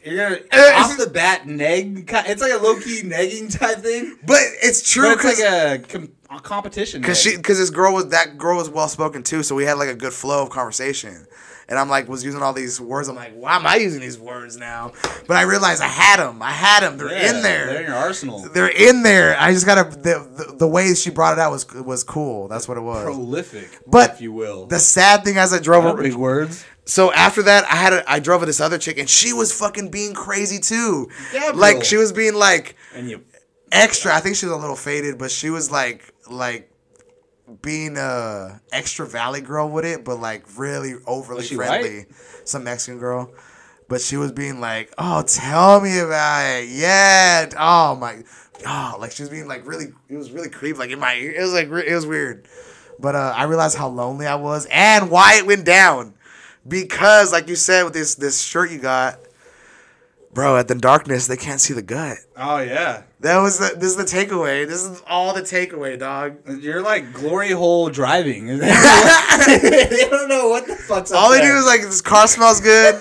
You're gonna
Eh,
off the bat neg. ki- It's like a low key negging type thing.
But it's true
But it's
because
like a, com- a competition.
Cause
neg.
she, cause this girl was that girl was well spoken too, so we had like a good flow of conversation, and I'm like was using all these words. I'm like, why am I using these words now? But I realized I had them. I had them. They're
Yeah,
in there.
They're in your arsenal.
They're in there. I just gotta the, the the way she brought it out was was cool. That's what it was.
Prolific,
But
if you will.
the sad thing as I drove
Not
over,
big words.
so after that I had a, I drove with this other chick and she was fucking being crazy too.
Yeah, bro.
like she was being like
And you.
extra. I think she was a little faded, but she was like like being a extra valley girl with it, but like really overly
Was she
friendly. Some Mexican girl. But she was being like, Oh, tell me about it. Yeah. Oh my oh like she was being like really it was really creepy, like in my ear. It was like re- it was weird. But uh, I realized how lonely I was and why it went down. Because like you said with this this shirt you got, bro, at the darkness they can't see the gut.
Oh yeah.
That was the, this is the takeaway. This is all the takeaway, dog.
You're like glory hole driving. they don't know what the fuck's up
All they
there.
do is like this car smells good.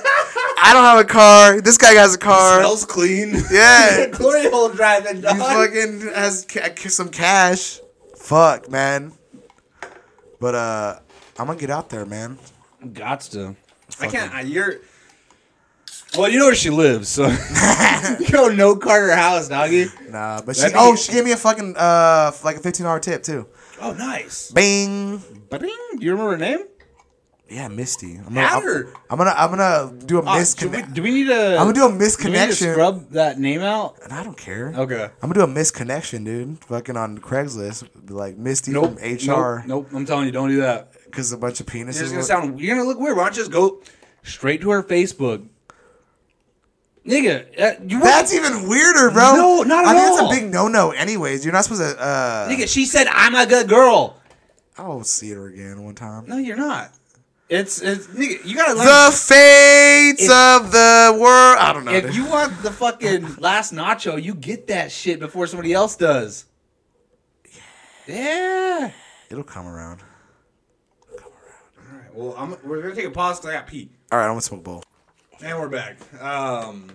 I don't have a car. This guy has a car.
smells clean.
Yeah.
glory hole driving. Dog.
He fucking has ca- some cash. Fuck, man. But uh, I'm gonna get out there, man.
Gots to. I
Fucking-
can't. I, you're. Well, you know where she lives, so you don't know Carter House, doggy.
Nah, but she.
That'd be-
Oh, she gave me a fucking uh, like a fifteen dollar tip too.
Oh, nice.
Bing.
Ba-ding. Do you remember her name?
Yeah, Misty. I'm gonna.
Add
I'm,
her.
I'm gonna. I'm gonna do a
Oh, do, we,
misconnection.
do we need a?
I'm gonna do
do
a
we need to
misconnection.
Scrub that name out.
And I don't care.
Okay.
I'm gonna do a misconnection, dude. Fucking on Craigslist, be like Misty
Nope.
from HR,
Nope, nope. I'm telling you, don't do that.
because a bunch of penises.
You're just
were-
gonna sound. You're gonna look weird. Why don't you just go straight to her Facebook, nigga? Uh, you
that's even weirder, bro.
No, not
I
at
think
all.
That's a big no-no. Anyways, you're not supposed to. Uh,
nigga. She said I'm a good girl.
I'll see her again one time.
No, you're not. It's it's nigga. You gotta learn.
The fates
If-
of the world. I don't know.
if
dude.
you want the fucking last nacho, you get that shit before somebody else does. Yeah.
It'll come around.
All right. Well, I'm, we're gonna take a pause because I got pee.
All right, I'm gonna smoke a bowl.
And we're back. Um,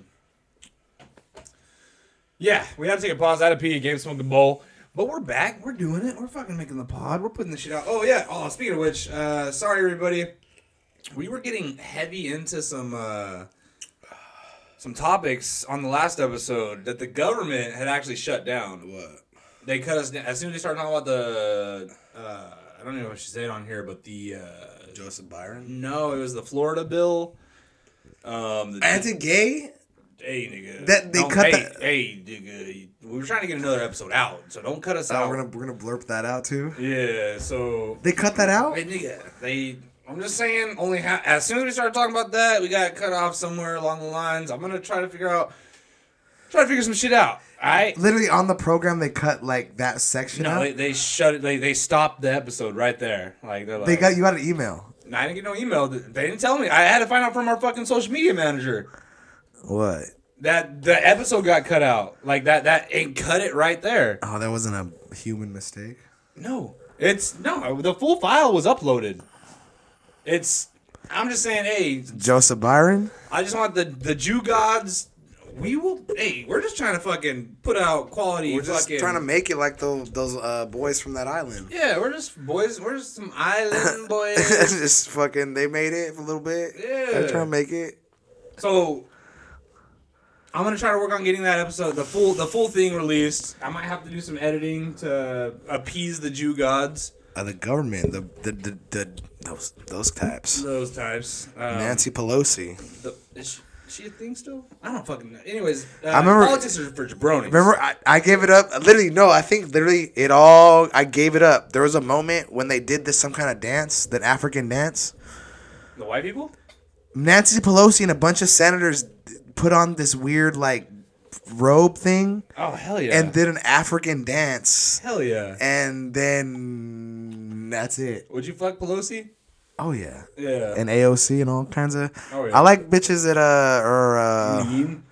yeah, we had to take a pause. I had to pee. Gave smoke a bowl. But we're back. We're doing it. We're fucking making the pod. We're putting the shit out. Oh, yeah. Oh, speaking of which, uh, sorry, everybody. We were getting heavy into some uh, some topics on the last episode that the government had actually shut down. What? They cut us down. As soon as they started talking about the, uh, I don't even know if she said it on here, but the, uh,
Joseph Byron.
no, it was the Florida bill. Um, the
Anti-gay.
Hey nigga.
That- they
Don't-
cut
hey,
that-
Hey nigga, we were trying to get another episode out, so don't cut us
Oh,
out.
we're gonna we're gonna blurp that out too.
Yeah, so
They cut that out.
hey nigga, they. I'm just saying, only ha- as soon as we started talking about that, we got cut off somewhere along the lines. I'm gonna try to figure out, try to figure some shit out. All right.
Literally on the program, they cut like that section
No,
out.
they, they shut it. They, they stopped the episode right there. Like they're like,
they got you got an email.
I didn't get no email. They didn't tell me. I had to find out from our fucking social media manager.
What?
That the episode got cut out. Like that that ain't cut it right there.
Oh, that wasn't a human mistake.
No. It's no, the full file was uploaded. It's I'm just saying, hey,
Joseph Byron.
I just want the the Jew gods we will hey, we're just trying to fucking put out quality
We're just
fucking
trying to make it like those those uh, boys from that island.
Yeah, we're just boys we're just some island boys.
just fucking, they made it for a little bit.
Yeah.
They're trying to make it.
so I'm gonna try to work on getting that episode, the full the full thing released. I might have to do some editing to appease the Jew gods.
Uh, the government, the the, the the those those types.
Those types. Um,
Nancy Pelosi.
The, is she- Is she a thing still? I don't fucking know. Anyways, uh, I
remember-
remember politics are for jabronis.
Remember, I, I gave it up. Literally, no, I think literally it all, I gave it up. There was a moment when they did this some kind of dance, that African dance.
the white people?
Nancy Pelosi and a bunch of senators d- put on this weird, like, robe thing
Oh hell yeah!
and did an African dance.
hell yeah!
And then that's it.
Would you fuck Pelosi?
Oh, yeah.
Yeah.
And AOC and all kinds of.
Oh, yeah.
I like bitches that uh, are. Uh,
Mean?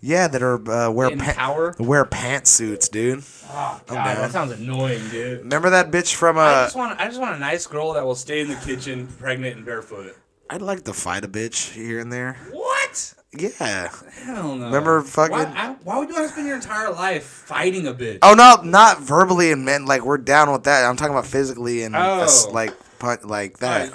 Yeah, that are uh, wear
In
pa-
power?
wear pantsuits, dude.
Oh god,
down.
that sounds annoying, dude.
Remember that bitch from
I
uh?
just want I just want a nice girl that will stay in the kitchen, pregnant and barefoot.
I'd like to fight a bitch here and there.
What?
Yeah.
Hell no.
Remember fucking-
Why, I- why would you want to spend your entire life fighting a bitch?
Oh no, not verbally and men. Like we're down with that. I'm talking about physically and
Oh.
us, like pun- like that.
Alright.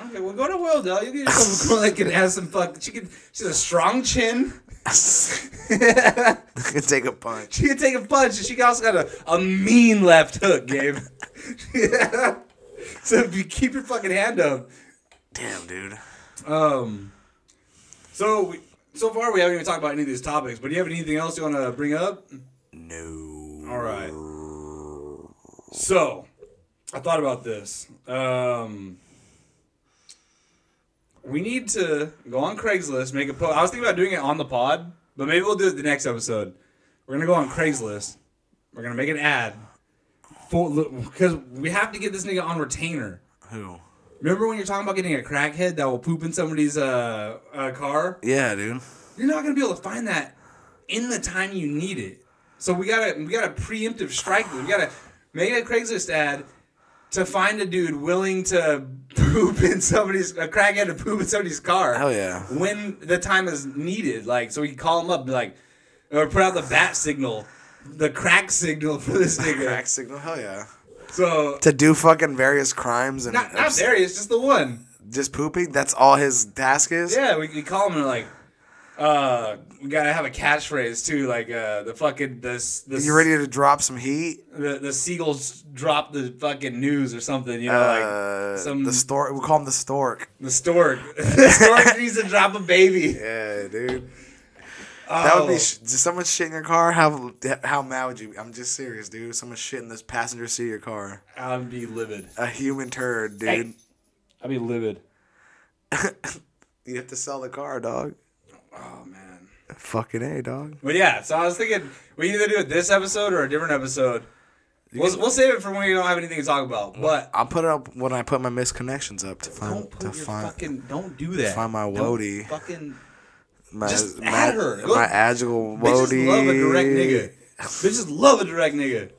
Oh.
Okay, well go to Will Dell. You get yourself a girl that can have some fuck. She can. She's a strong chin. she
Could take a punch.
can take a punch, and she also got a, a mean left hook, Gabe. so if you keep your fucking hand up.
Damn, dude.
Um. So we, so far we haven't even talked about any of these topics. But do you have anything else you want to bring up?
No.
All right. So, I thought about this. Um, we need to go on Craigslist, make a post. I was thinking about doing it on the pod, but maybe we'll do it the next episode. We're gonna go on Craigslist. We're gonna make an ad for because we have to get this nigga on retainer.
Who?
Remember when you're talking about getting a crackhead that will poop in somebody's uh, uh car?
Yeah, dude.
you're not gonna be able to find that in the time you need it. So we gotta we gotta preemptive strike. this. We gotta make a Craigslist ad to find a dude willing to poop in somebody's a crackhead to poop in somebody's car.
Hell yeah.
When the time is needed, like so we can call him up, and be like, or put out the bat signal, the crack signal for this
Crack
nigga.
signal. Hell yeah.
So
To do fucking various crimes and
not not there, it's just the one.
just pooping. That's all his task is.
Yeah, we, we call him and like, uh, we gotta have a catchphrase too, like uh, the fucking this this.
You ready to drop some heat?
the the seagulls dropped the fucking news or something, you know,
Uh,
like some
the
the,
stork. We call him the stork.
stork. the stork needs to drop a baby.
Yeah, dude.
Oh,
That would be sh- just someone shit in your car. How how mad would you? be? I'm just serious, dude. Someone shit in this passenger seat of your car.
I'd be livid.
A human turd, dude.
Hey. I'd be livid.
You have to sell the car, dog.
Oh man.
Fucking a, dog.
But yeah, so I was thinking we either do it this episode or a different episode. We'll, we'll save it for when we don't have anything to talk about. But
I'll put up when I put my misconnections up to find
don't put
to
your
find
fucking don't do that.
find my
Don't
woody.
Fucking
my
just
my,
add her. Look,
my agile
bitches
woody.
love a direct nigga. Bitches love a direct nigga.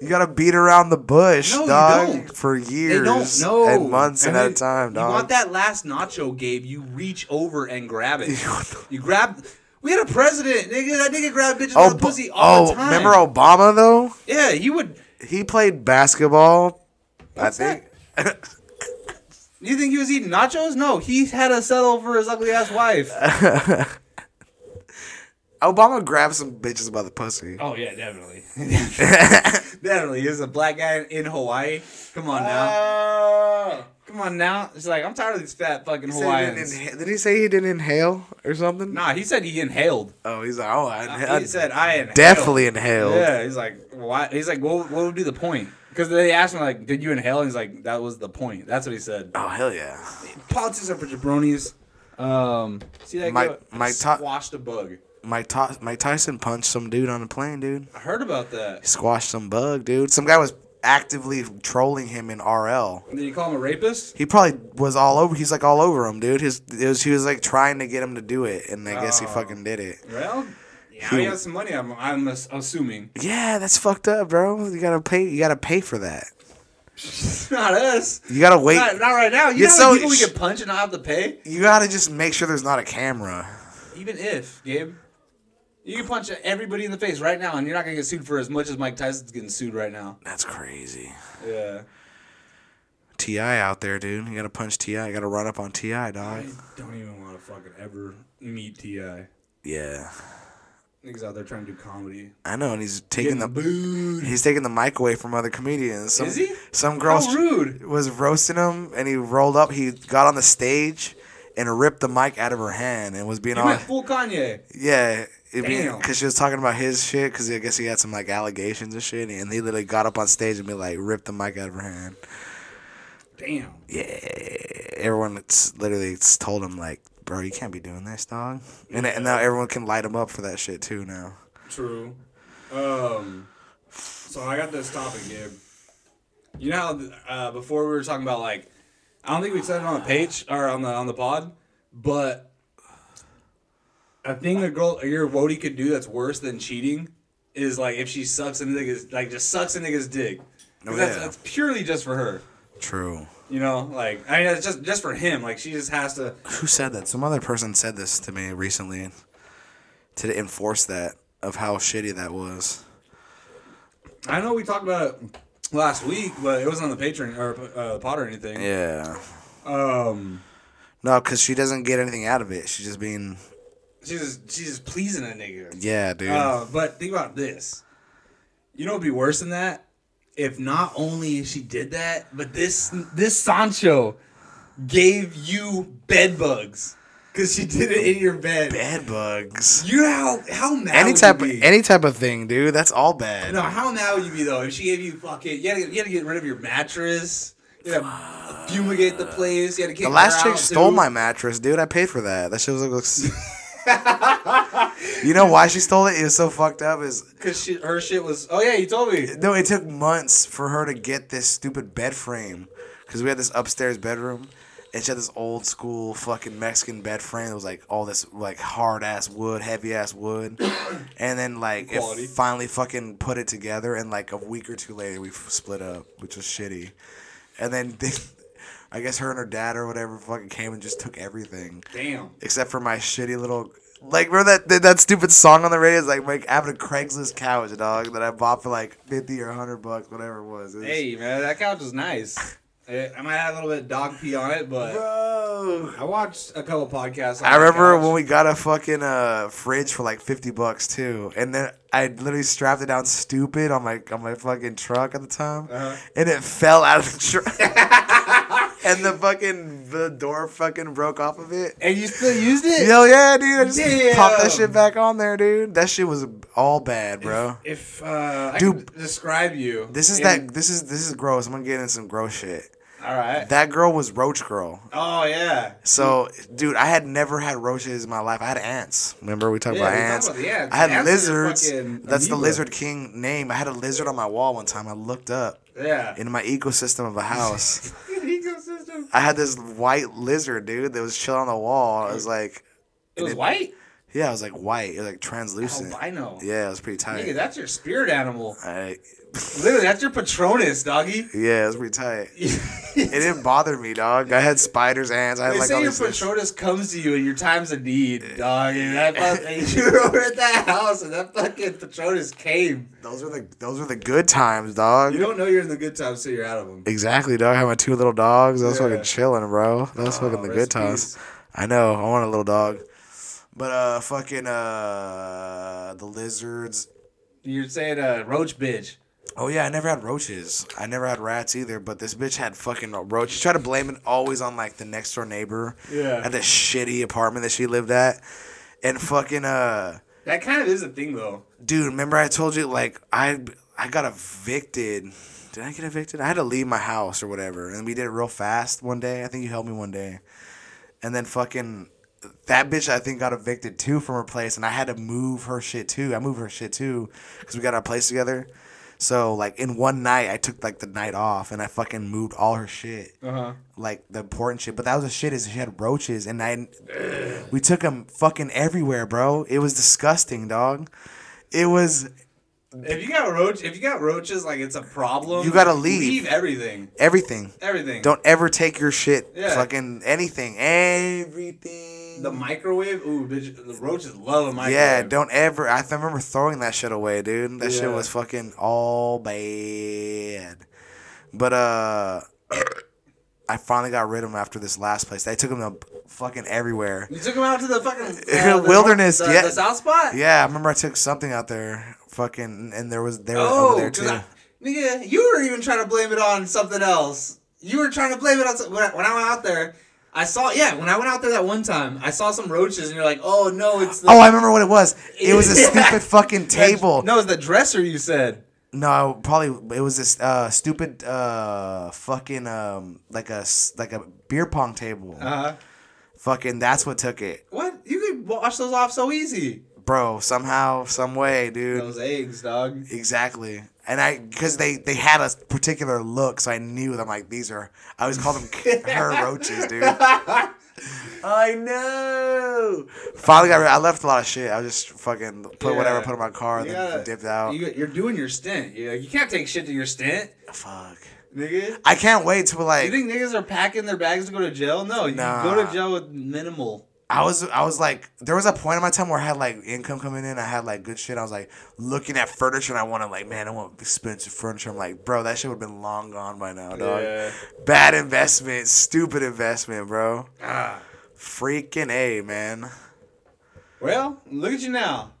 You gotta beat around the bush,
No, you
dog,
don't.
for
They
years
don't know.
and months
And
and at a
then
time, dog.
You want that last nacho, Gabe? You reach over and grab it. you grab. We had a president, nigga. That nigga grabbed bitches by the
Ob-
pussy all the
oh,
time.
remember Obama though?
yeah, he would.
He played basketball.
What's
I think.
You think he was eating nachos? No, he had to settle for his ugly ass wife.
Obama grabbed some bitches by the pussy.
oh yeah, definitely. definitely, he was a black guy in Hawaii. Come on now. Come on now. It's like I'm tired of these fat fucking
Ah. He said he
Hawaiians.
didn't inha- did he say he didn't inhale or something?
Nah, he said he inhaled.
Oh, he's like, oh, I, I
He said I inhaled.
definitely inhaled.
Yeah, he's like, why? He's like, what, what would be the point? Because they asked him, like, did you inhale? And he's like, that was the point. That's what he said.
Oh hell yeah!
Politics are for jabronis. Um, see that
My-
guy
my top-
squashed a bug.
Mike, Ty- Mike Tyson punched some dude on a plane, dude.
I heard about that.
Squashed some bug, dude. Some guy was actively trolling him in RL.
Did you call him a rapist?
He probably was all over. He's like all over him, dude. His it was, he was like trying to get him to do it, and I guess he
Oh.
fucking did it.
Well, yeah,
He-
he has some money. I'm, I'm ass- assuming.
Yeah, that's fucked up, bro. You gotta pay. You gotta pay for that.
It's not us.
You gotta wait.
Not, not right now. You
It's
know how
so-
many people we can punch and not have to pay?
You gotta just make sure there's not a camera.
Even if Gabe, you can punch everybody in the face right now, and you're not gonna get sued for as much as Mike Tyson's getting sued right now.
That's crazy.
Yeah.
Ti out there, dude. You gotta punch Ti. You gotta run up on Ti,
I
dog.
don't even want to fucking ever meet Ti.
Yeah,
Niggas out there trying to do comedy.
I know. And he's taking the
booed.
He's taking the mic away from other comedians. Some,
Is he?
Some girl
How Oh, rude.
was roasting him, and he rolled up. He got on the stage, and ripped the mic out of her hand and was being
You
all
went full Kanye.
yeah,
Damn.
because she was talking about his shit because I guess he had some like allegations and shit, and he literally got up on stage and be like ripped the mic out of her hand.
Damn.
Everyone that's literally s- told him like, bro, you can't be doing this, dog. And and now everyone can light him up for that shit too now.
True. Um, so I got this topic, Gabe. You know how th- uh, before we were talking about like, I don't think we said it on the page or on the on the pod, but a thing a girl your woody could do that's worse than cheating is like if she sucks a nigga's like just sucks a nigga's dick. 'Cause
Oh,
that's,
yeah.
that's purely just for her.
True.
You know, like I mean, it's just just for him. Like she just has to.
Who said that? Some other person said this to me recently to enforce that of how shitty that was.
I know we talked about it last week, but it wasn't on the Patreon or uh, pod or anything.
Yeah.
Um.
No, because she doesn't get anything out of it. She's just being
She's just, she's just pleasing a nigga.
yeah, dude.
Uh, but think about this. You know, it'd be worse than that if not only she did that, but this this Sancho gave you bed bugs because she did it in your bed.
Bed bugs.
You know how how mad
any
would
type
you
of
be?
any type of thing, dude. That's all bad.
no, how mad would you be though if she gave you fucking you had to, you had to get rid of your mattress, you had to fumigate the place, you had to kick
the last
her
chick
out,
stole
too.
my mattress, dude. I paid for that. That shit was like. you know why she stole it? It was so fucked up. Is
cause she, her shit was oh yeah you told me
no, it took months for her to get this stupid bed frame, because we had this upstairs bedroom, and she had this old school fucking Mexican bed frame that was like all this like hard ass wood, heavy ass wood, and then like
Quality.
it finally fucking put it together, and like a week or two later we f- split up, which was shitty, and then. I guess her and her dad or whatever fucking came and just took everything
damn
except for my shitty little like remember that that, that stupid song on the radio is like like having a Craigslist couch dog that I bought for like fifty or hundred bucks whatever it was. It was-
Hey man, that couch is nice. Eh, I might have a little bit of dog pee on it, but
bro.
I watched a couple podcasts. On that
I remember
couch.
when we got a fucking uh, fridge for like fifty bucks too, and then I literally strapped it down stupid on my on my fucking truck at the time,
Uh-huh.
and it fell out of the truck, and the fucking the door fucking broke off of it.
and you still used it.
Hell yeah, dude! I just popped that
Damn.
shit back on there, dude. That shit was all bad, bro.
If uh, I
Dude.
could describe you,
This is
in-
that. This is this is gross. I'm gonna get into some gross shit.
All right.
That girl was roach girl.
oh yeah.
So, dude, I had never had roaches in my life. I had ants. Remember we talked
Yeah,
about
we talked
ants?
about the ants.
I had
Ants are
lizards.
fucking
That's the
amoeba.
lizard king name. I had a lizard on my wall one time. I looked up
Yeah.
in my ecosystem of a house.
ecosystem.
I had this white lizard, dude, that was chilling on the wall. I was like,
It was white.
yeah, I was like white. It was like translucent.
Albino.
Yeah, it was pretty tight.
Nigga, that's your spirit animal.
I-
Literally, that's your Patronus, doggy.
yeah, it was pretty tight.
they
It didn't bother me, dog. I had spiders, ants. I had like all
say your
these. things.
Patronus comes to you in your times of need, dog. And, that fuck- and you were over at that house, and that fucking Patronus came.
Those were the those were the good times, dog.
You don't know you're in the good times till you're out of them.
exactly, dog. I had my two little dogs. I was
Yeah.
fucking chilling, bro. That was fucking
Ah, rest
the
in
good times.
peace.
I know. I want a little dog. But uh, fucking uh, the lizards.
You're saying uh, roach bitch.
Oh yeah, I never had roaches. I never had rats either. But this bitch had fucking roaches. She tried to blame it always on like the next door neighbor.
Yeah.
At the shitty apartment that she lived at, and fucking uh.
That kind of is a thing though.
dude remember i told you like i i got evicted did i get evicted i had to leave my house or whatever and we did it real fast one day i think you helped me one day and then fucking that bitch i think got evicted too from her place and i had to move her shit too i moved her shit too because we got our place together so like in one night i took like the night off and i fucking moved all her shit
huh.
like the important shit. But that was the shit is she had roaches, and I we took them fucking everywhere, bro. It was disgusting, dog. It was
If you got roach, if you got roaches, like it's a problem.
You gotta leave.
Leave everything.
everything.
Everything.
Don't ever take your shit,
Yeah.
fucking anything, everything.
the microwave. Ooh, bitch, the roaches love a microwave.
yeah, don't ever. I th- remember throwing that shit away, dude. That
Yeah.
shit was fucking all bad. But uh, I finally got rid of them after this last place. They took them to fucking everywhere.
You took them out to the fucking uh, the
Wilderness,
north- the-
yeah.
the south spot.
Yeah, I remember I took something out there, fucking, and there was they were
Oh,
over there
'cause
too.
I- nigga, you were even trying to blame it on something else. You were trying to blame it on some- when I, when I went out there. I saw, yeah, when I went out there that one time, I saw some roaches, and you're like, oh no, it's the.
Oh, I remember what it was. It was a
Yeah.
stupid fucking table.
No, it's the dresser you said.
No, probably it was this uh, stupid uh, fucking um, like a s- like a beer pong table.
Uh,
Fucking that's what took it,
what? You could wash those off so easy.
bro. Somehow, some way, dude.
Those eggs, dog.
Exactly. And I, because they they had a particular look, so I knew them. Like these are, I always call them her roaches, dude. I know. Finally, got rid. I left a lot of shit. I just fucking put whatever,
Yeah.
put in my car, and
You
then
gotta-
dipped out.
You, you're doing your stint. You're like, you can't take shit to your stint,
Fuck.
nigga.
I can't wait to
You
like.
think niggas are packing their bags to go to jail? No, you
Nah.
go to jail with minimal.
I was I was like there was a point in my time where I had like income coming in, I had like good shit. I was like looking at furniture and I wanted like, man, I want expensive furniture. I'm like, bro, that shit would have been long gone by now, dog.
Yeah.
Bad investment, stupid investment, bro.
Ah.
Freaking A, man.
Well, look at you now.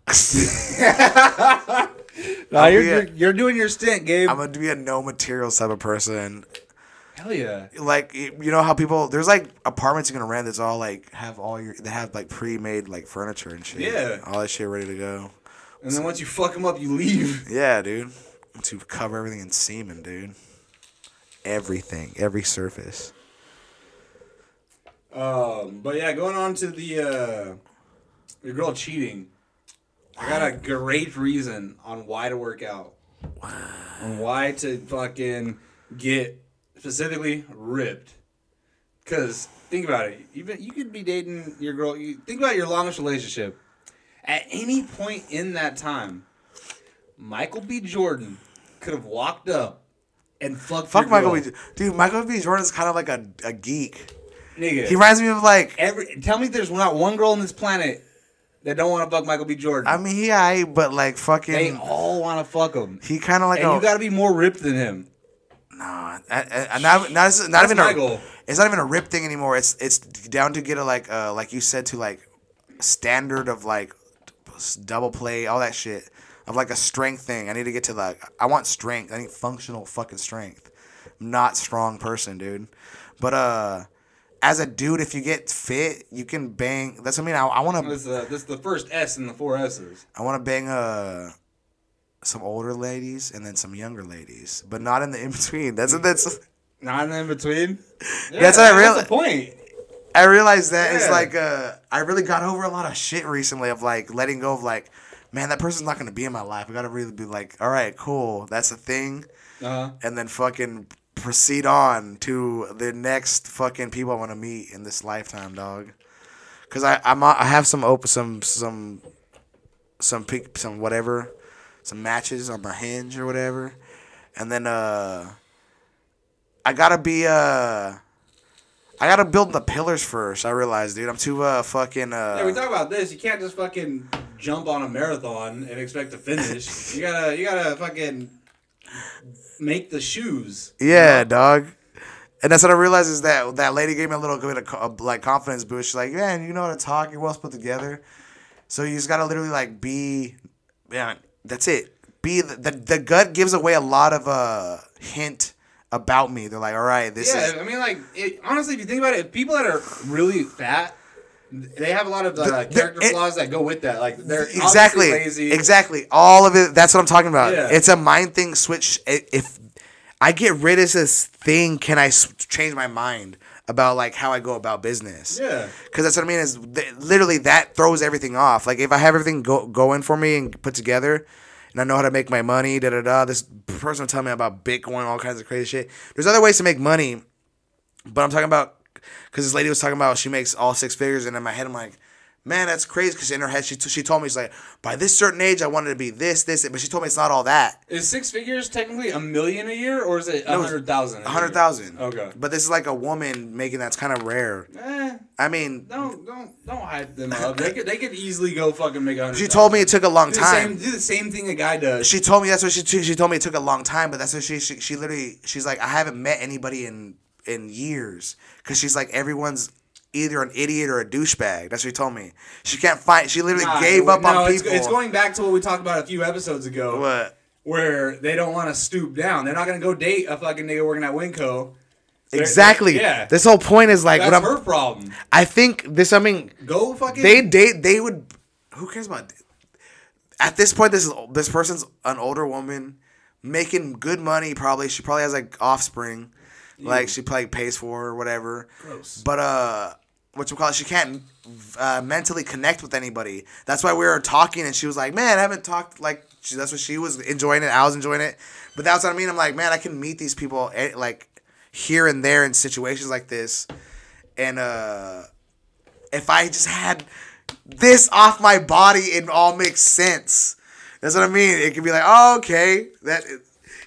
Nah,
you're,
you're-
you're,
you're-
doing your stint, Gabe.
I'm gonna be a no materials type of person.
Hell yeah.
Like y- you know how people there's like apartments you're gonna rent that's all like have all your they have like pre made like furniture and shit.
Yeah.
All that shit ready to go.
And then once you fuck them up, you leave.
Yeah, dude. To cover everything in semen, dude. Everything, every surface.
Um, but yeah, going on to the uh, your girl cheating. I got a great reason on why to work out, on why to fucking get specifically ripped. Cause think about it, even you could be dating your girl. You think about your longest relationship. At any point in that time, Michael B. Jordan could have walked up and fucked.
Fuck
your
Michael
girl.
B. Dude, Michael B. Jordan's kind of like a, a geek.
Nigga,
He reminds me of like,
Every tell me there's not one girl on this planet that don't want to fuck Michael B. Jordan.
I mean, he I, but like
they
fucking,
all want to fuck him,
he kind of like
and
a
you got to be more ripped than him.
no, I, I, I- not, not, it's not
That's
even
my
a,
goal.
it's not even a rip thing anymore. It's it's down to get a like uh like you said to like standard of like s- double play all that shit of like a strength thing. I need to get to like I want strength. I need functional fucking strength. Not strong person, dude. But uh, as a dude, if you get fit, you can bang. That's what I mean. I, I want to
This, uh, this is the first S in the four S's.
I want to bang uh some older ladies and then some younger ladies, but not in the in between. That's that's.
Not in between. Yeah,
That's what I reali-
That's the point.
I realized that it's
Yeah.
like uh, I really got over a lot of shit recently of like letting go of like, man, that person's not gonna be in my life. I gotta really be like, all right, cool, that's a thing,
Uh,
and then fucking proceed on to the next fucking people I want to meet in this lifetime, dog. Cause I I'm I have some open some some some pick some whatever, some matches on my hinge or whatever, and then uh, I gotta be uh. I gotta build the pillars first. I realize, dude, I'm too uh fucking uh.
yeah, we talk about this. You can't just fucking jump on a marathon and expect to finish. you gotta, you gotta fucking make the shoes.
Yeah, dog. And that's what I realized is that that lady gave me a little bit of co- like confidence boost. She's like, man, you know how to talk. You're well put together. So you just gotta literally like be, man. That's it. Be the the, the gut gives away a lot of uh hint about me. They're like, all right, this
Yeah,
is
I mean, like it, honestly, if you think about it, if people that are really fat, they have a lot of uh,
the-
character
it-
flaws that go with that. Like they're
exactly
obviously lazy.
exactly all of it. That's what I'm talking about.
Yeah.
It's a mind thing switch. I- If I get rid of this thing, can I s- change my mind about like how I go about business?
Yeah.
Because that's what I mean is th- literally that throws everything off. Like if I have everything go- going for me and put together, and I know how to make my money, da da da. This person will tell me about Bitcoin, all kinds of crazy shit. There's other ways to make money, but I'm talking about because this lady was talking about she makes all six figures, and in my head I'm like, man, that's crazy. Because in her head she t- she told me she's like, by this certain age I wanted to be this this, but she told me it's not all that.
Is six figures technically a million a year, or is it a
No,
hundred thousand?
A hundred thousand.
Okay.
But this is like a woman making that's kind of rare.
Eh,
I mean,
don't don't don't hype them up. They could they could easily go fucking make a hundred.
she told me it
thousand.
took a long
do the
time.
same do the same thing a guy does.
she told me that's what she she told me it took a long time, but that's what she she, she literally she's like I haven't met anybody in in years because she's like everyone's either an idiot or a douchebag. That's what she told me. She can't find. She literally
Nah,
gave
no,
up on
it's,
people.
It's going back to what we talked about a few episodes ago.
What?
where they don't want to stoop down. They're not going to go date a fucking nigga working at Winco
Exactly.
yeah.
This whole point is like
That's
what I'm.
her problem.
I think this. I mean,
Go fucking.
they date. They would. Who cares about? At this point, this is this person's an older woman, making good money. Probably she probably has like offspring, like she probably pays for or whatever.
Gross.
But uh, what you call it? She can't uh, mentally connect with anybody. That's why we were talking, and she was like, "Man, I haven't talked like." She, that's what she was enjoying it. I was enjoying it, but that's what I mean. I'm like, man, I can meet these people eh, like here and there in situations like this, and uh if I just had this off my body, it all makes sense. That's what I mean. It could be like, oh, okay, that.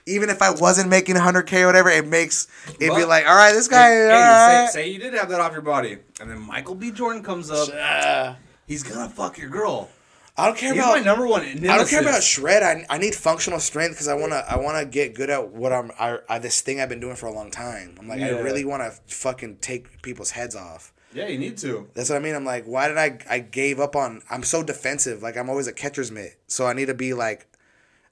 Even if I wasn't making 100k or whatever, it makes it'd be
But-
like, all right, this guy,
Hey,
all
say,
right.
say you did have that off your body, and then Michael B. Jordan comes up. He's gonna fuck your girl.
I don't care
He's
about
my number one.
I don't care about shred. I, I need functional strength because I wanna I wanna get good at what I'm I, I this thing I've been doing for a long time. I'm like I
Yeah.
really wanna fucking take people's heads off.
Yeah, you need to.
That's what I mean. I'm like, why did I I gave up on? I'm so defensive. Like I'm always a catcher's mitt. So I need to be like,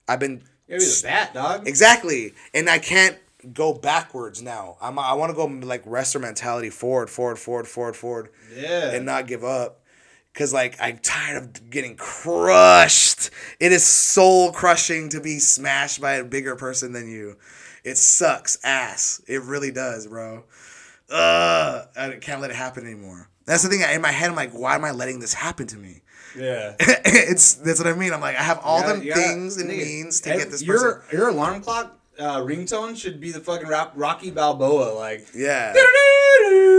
I've been
You gotta be the bat, dog.
exactly, and I can't go backwards now. I'm I want to go like wrestler mentality, forward, forward, forward, forward, forward,
Yeah.
and not give up. Cause like I'm tired of getting crushed. It is soul crushing to be smashed by a bigger person than you. It sucks ass. It really does, bro ugh, I can't let it happen anymore. That's the thing. In my head, I'm like, why am I letting this happen to me?
yeah.
it's that's what I mean. I'm like, I have all
You gotta-
them
you gotta-
things and
nigga,
means to
every-
get this
your,
person.
Your alarm clock uh, ringtone should be the fucking rap, Rocky Balboa. Like,
Yeah,
that's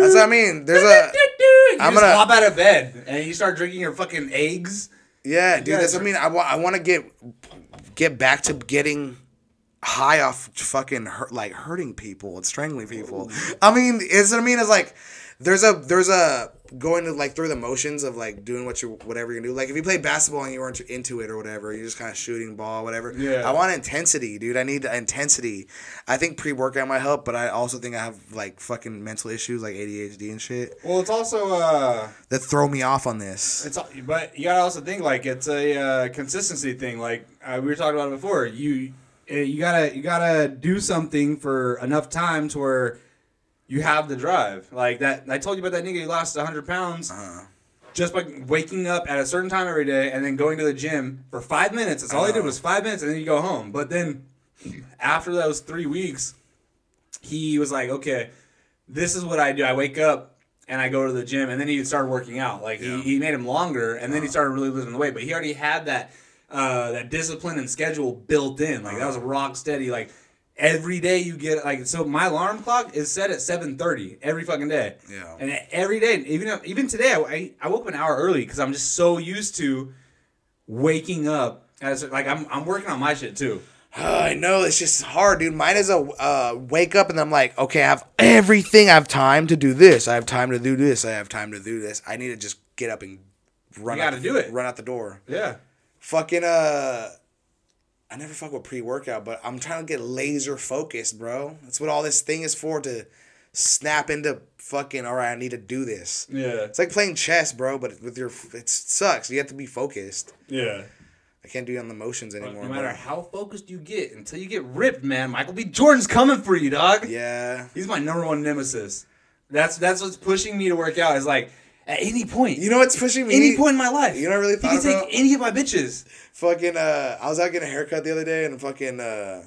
that's what I mean. There's a
I'm
I'm
gonna
gonna-
hop out of bed and you start drinking your fucking eggs.
yeah, dude.
guys
That's what I mean. I want I want to get get back to getting high off fucking hurt, like hurting people and strangling people. I mean, is what I mean. It's like there's a there's a going to like through the motions of like doing what you whatever you can do. Like if you play basketball and you weren't into it or whatever, you're just kind of shooting ball, whatever.
Yeah.
I want intensity, dude. I need intensity. I think pre workout might help, but I also think I have like fucking mental issues like ADHD and shit
Well, it's also uh,
that throw me off on this.
it's al- but you gotta also think like it's a uh, consistency thing. Like uh, we were talking about it before. You uh, you gotta you gotta do something for enough time to where you have the drive. Like that, I told you about that nigga who lost 100 pounds. Just by waking up at a certain time every day and then going to the gym for five minutes. That's all he did was five minutes, and then you go home. But then after those three weeks, he was like, okay, this is what I do. I wake up and I go to the gym, and then he started working out. Like he, he made him longer, and then he started really losing the weight. But he already had that uh, that discipline and schedule built in. Like that was rock steady. Like every day you get like so. My alarm clock is set at seven thirty every fucking day.
Yeah.
and every day, even if- even today, I I woke up an hour early because I'm just so used to waking up. As, like I'm, I'm working on my shit too.
Oh, I know it's just hard, dude. Mine is a uh, wake up and I'm like, okay, I have everything. I have time to do this. I have time to do this. I have time to do this. I need to just get up and run.
You
out
gotta
the-
do it.
Run out the door.
Yeah.
Fucking uh, I never fuck with pre workout, but I'm trying to get laser focused, bro. That's what all this thing is for to snap into fucking. All right, I need to do this.
Yeah.
It's like playing chess, bro, but with your it sucks. You have to be focused.
Yeah.
I can't do it on the motions anymore.
No matter
bro.
how focused you get, until you get ripped, man, Michael B. Jordan's coming for you, dog.
Yeah.
He's my number one nemesis. That's that's what's pushing me to work out. Is like at any point,
You know what's pushing me?
any point in my life,
you know what I really
he
thought
can
about?
take any of my bitches.
fucking uh I was out getting a haircut the other day and fucking uh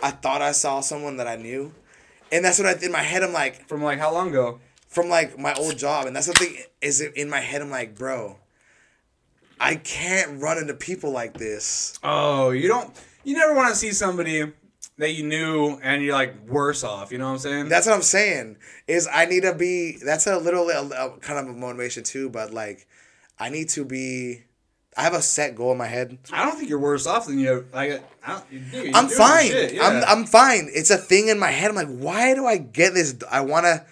I thought I saw someone that I knew. And that's what I in my head I'm like
From like how long ago?
from like my old job and that's the thing is in my head I'm like, bro, I can't run into people like this.
Oh, you don't. You never want to see somebody that you knew and you're like worse off. You know what I'm saying?
That's what I'm saying. Is I need to be that's a little a, a kind of a motivation too, but like I need to be I have a set goal in my head.
I don't think you're worse off than you. Like I don't, you- you're
I'm
doing
fine.
shit, yeah.
I'm I'm fine. It's a thing in my head. I'm like, why do I get this? I want to.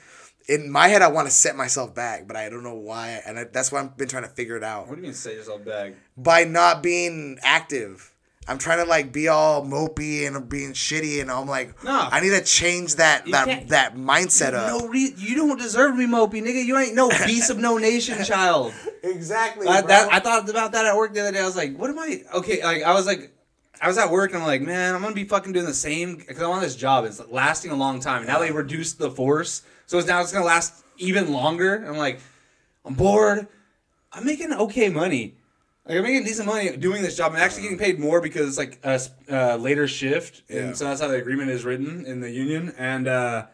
In my head, I want to set myself back, but I don't know why, and I, that's why I've been trying to figure it
What
out
do you mean set yourself back?
by not being active. I'm trying to like be all mopey and being shitty, and I'm like,
No.
I need to change that
can't-
that that mindset up.
No, re- you don't deserve to be mopey, nigga. You ain't no beast of no nation, child.
Exactly.
I, that, I thought about that at work the other day. I was like, what am I? Okay, like I was like, I was at work and I'm like, man, I'm gonna be fucking doing the same because I'm on this job. It's lasting a long time. Now they reduced the force, so it's now it's gonna last even longer. And I'm like, I'm bored. I'm making okay money. Like I'm making decent money doing this job. I'm actually getting paid more because it's like a s- uh, later shift,
Yeah.
and so that's how the agreement is written in the union. And uh,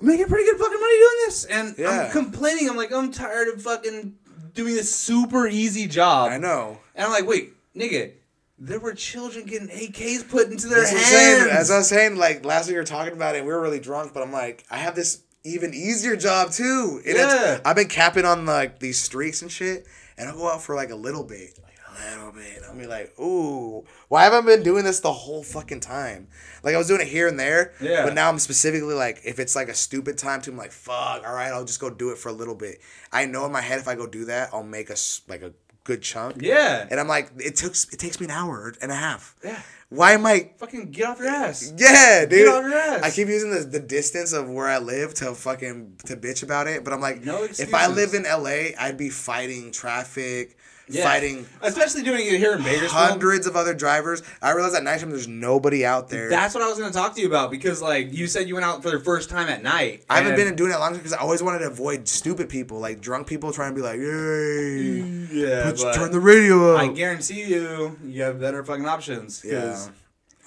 I'm making pretty good fucking money doing this. And
Yeah.
I'm complaining. I'm like, I'm tired of fucking doing this super easy job.
I know.
And I'm like, wait, nigga, there were children getting AKs put into their
That's what I'm saying.
hands.
As I was saying, like last week we were talking about it, we were really drunk, but I'm like, I have this even easier job too. And
Yeah.
it's, I've been capping on like these streaks and shit, and I'll go out for like a little bit. like a Little bit. I'll be like, ooh, why have I been doing this the whole fucking time? Like I was doing it here and there,
Yeah.
But now I'm specifically like, if it's like a stupid time to, I'm like, fuck, all right, I'll just go do it for a little bit. I know in my head if I go do that, I'll make a s- like a good chunk.
yeah.
And I'm like, it took it takes me an hour and a half.
Yeah.
Why am I
Fucking get off your ass.
yeah, dude.
on your ass.
I keep using the, the distance of where I live to fucking to bitch about it, but I'm like,
No
if I
excuses.
live in LA, I'd be fighting traffic,
Yeah.
fighting
Especially doing it here in Bakersfield.
hundreds of other drivers. I realize at nighttime there's nobody out there.
That's what I was gonna talk to you about because like you said you went out for the first time at night.
I haven't
and-
been in doing it a long time because I always wanted to avoid stupid people, like drunk people trying to be like, "Yay,
Yeah.
let's
but
turn the radio up."
I guarantee you you have better fucking options. 'cause
yeah,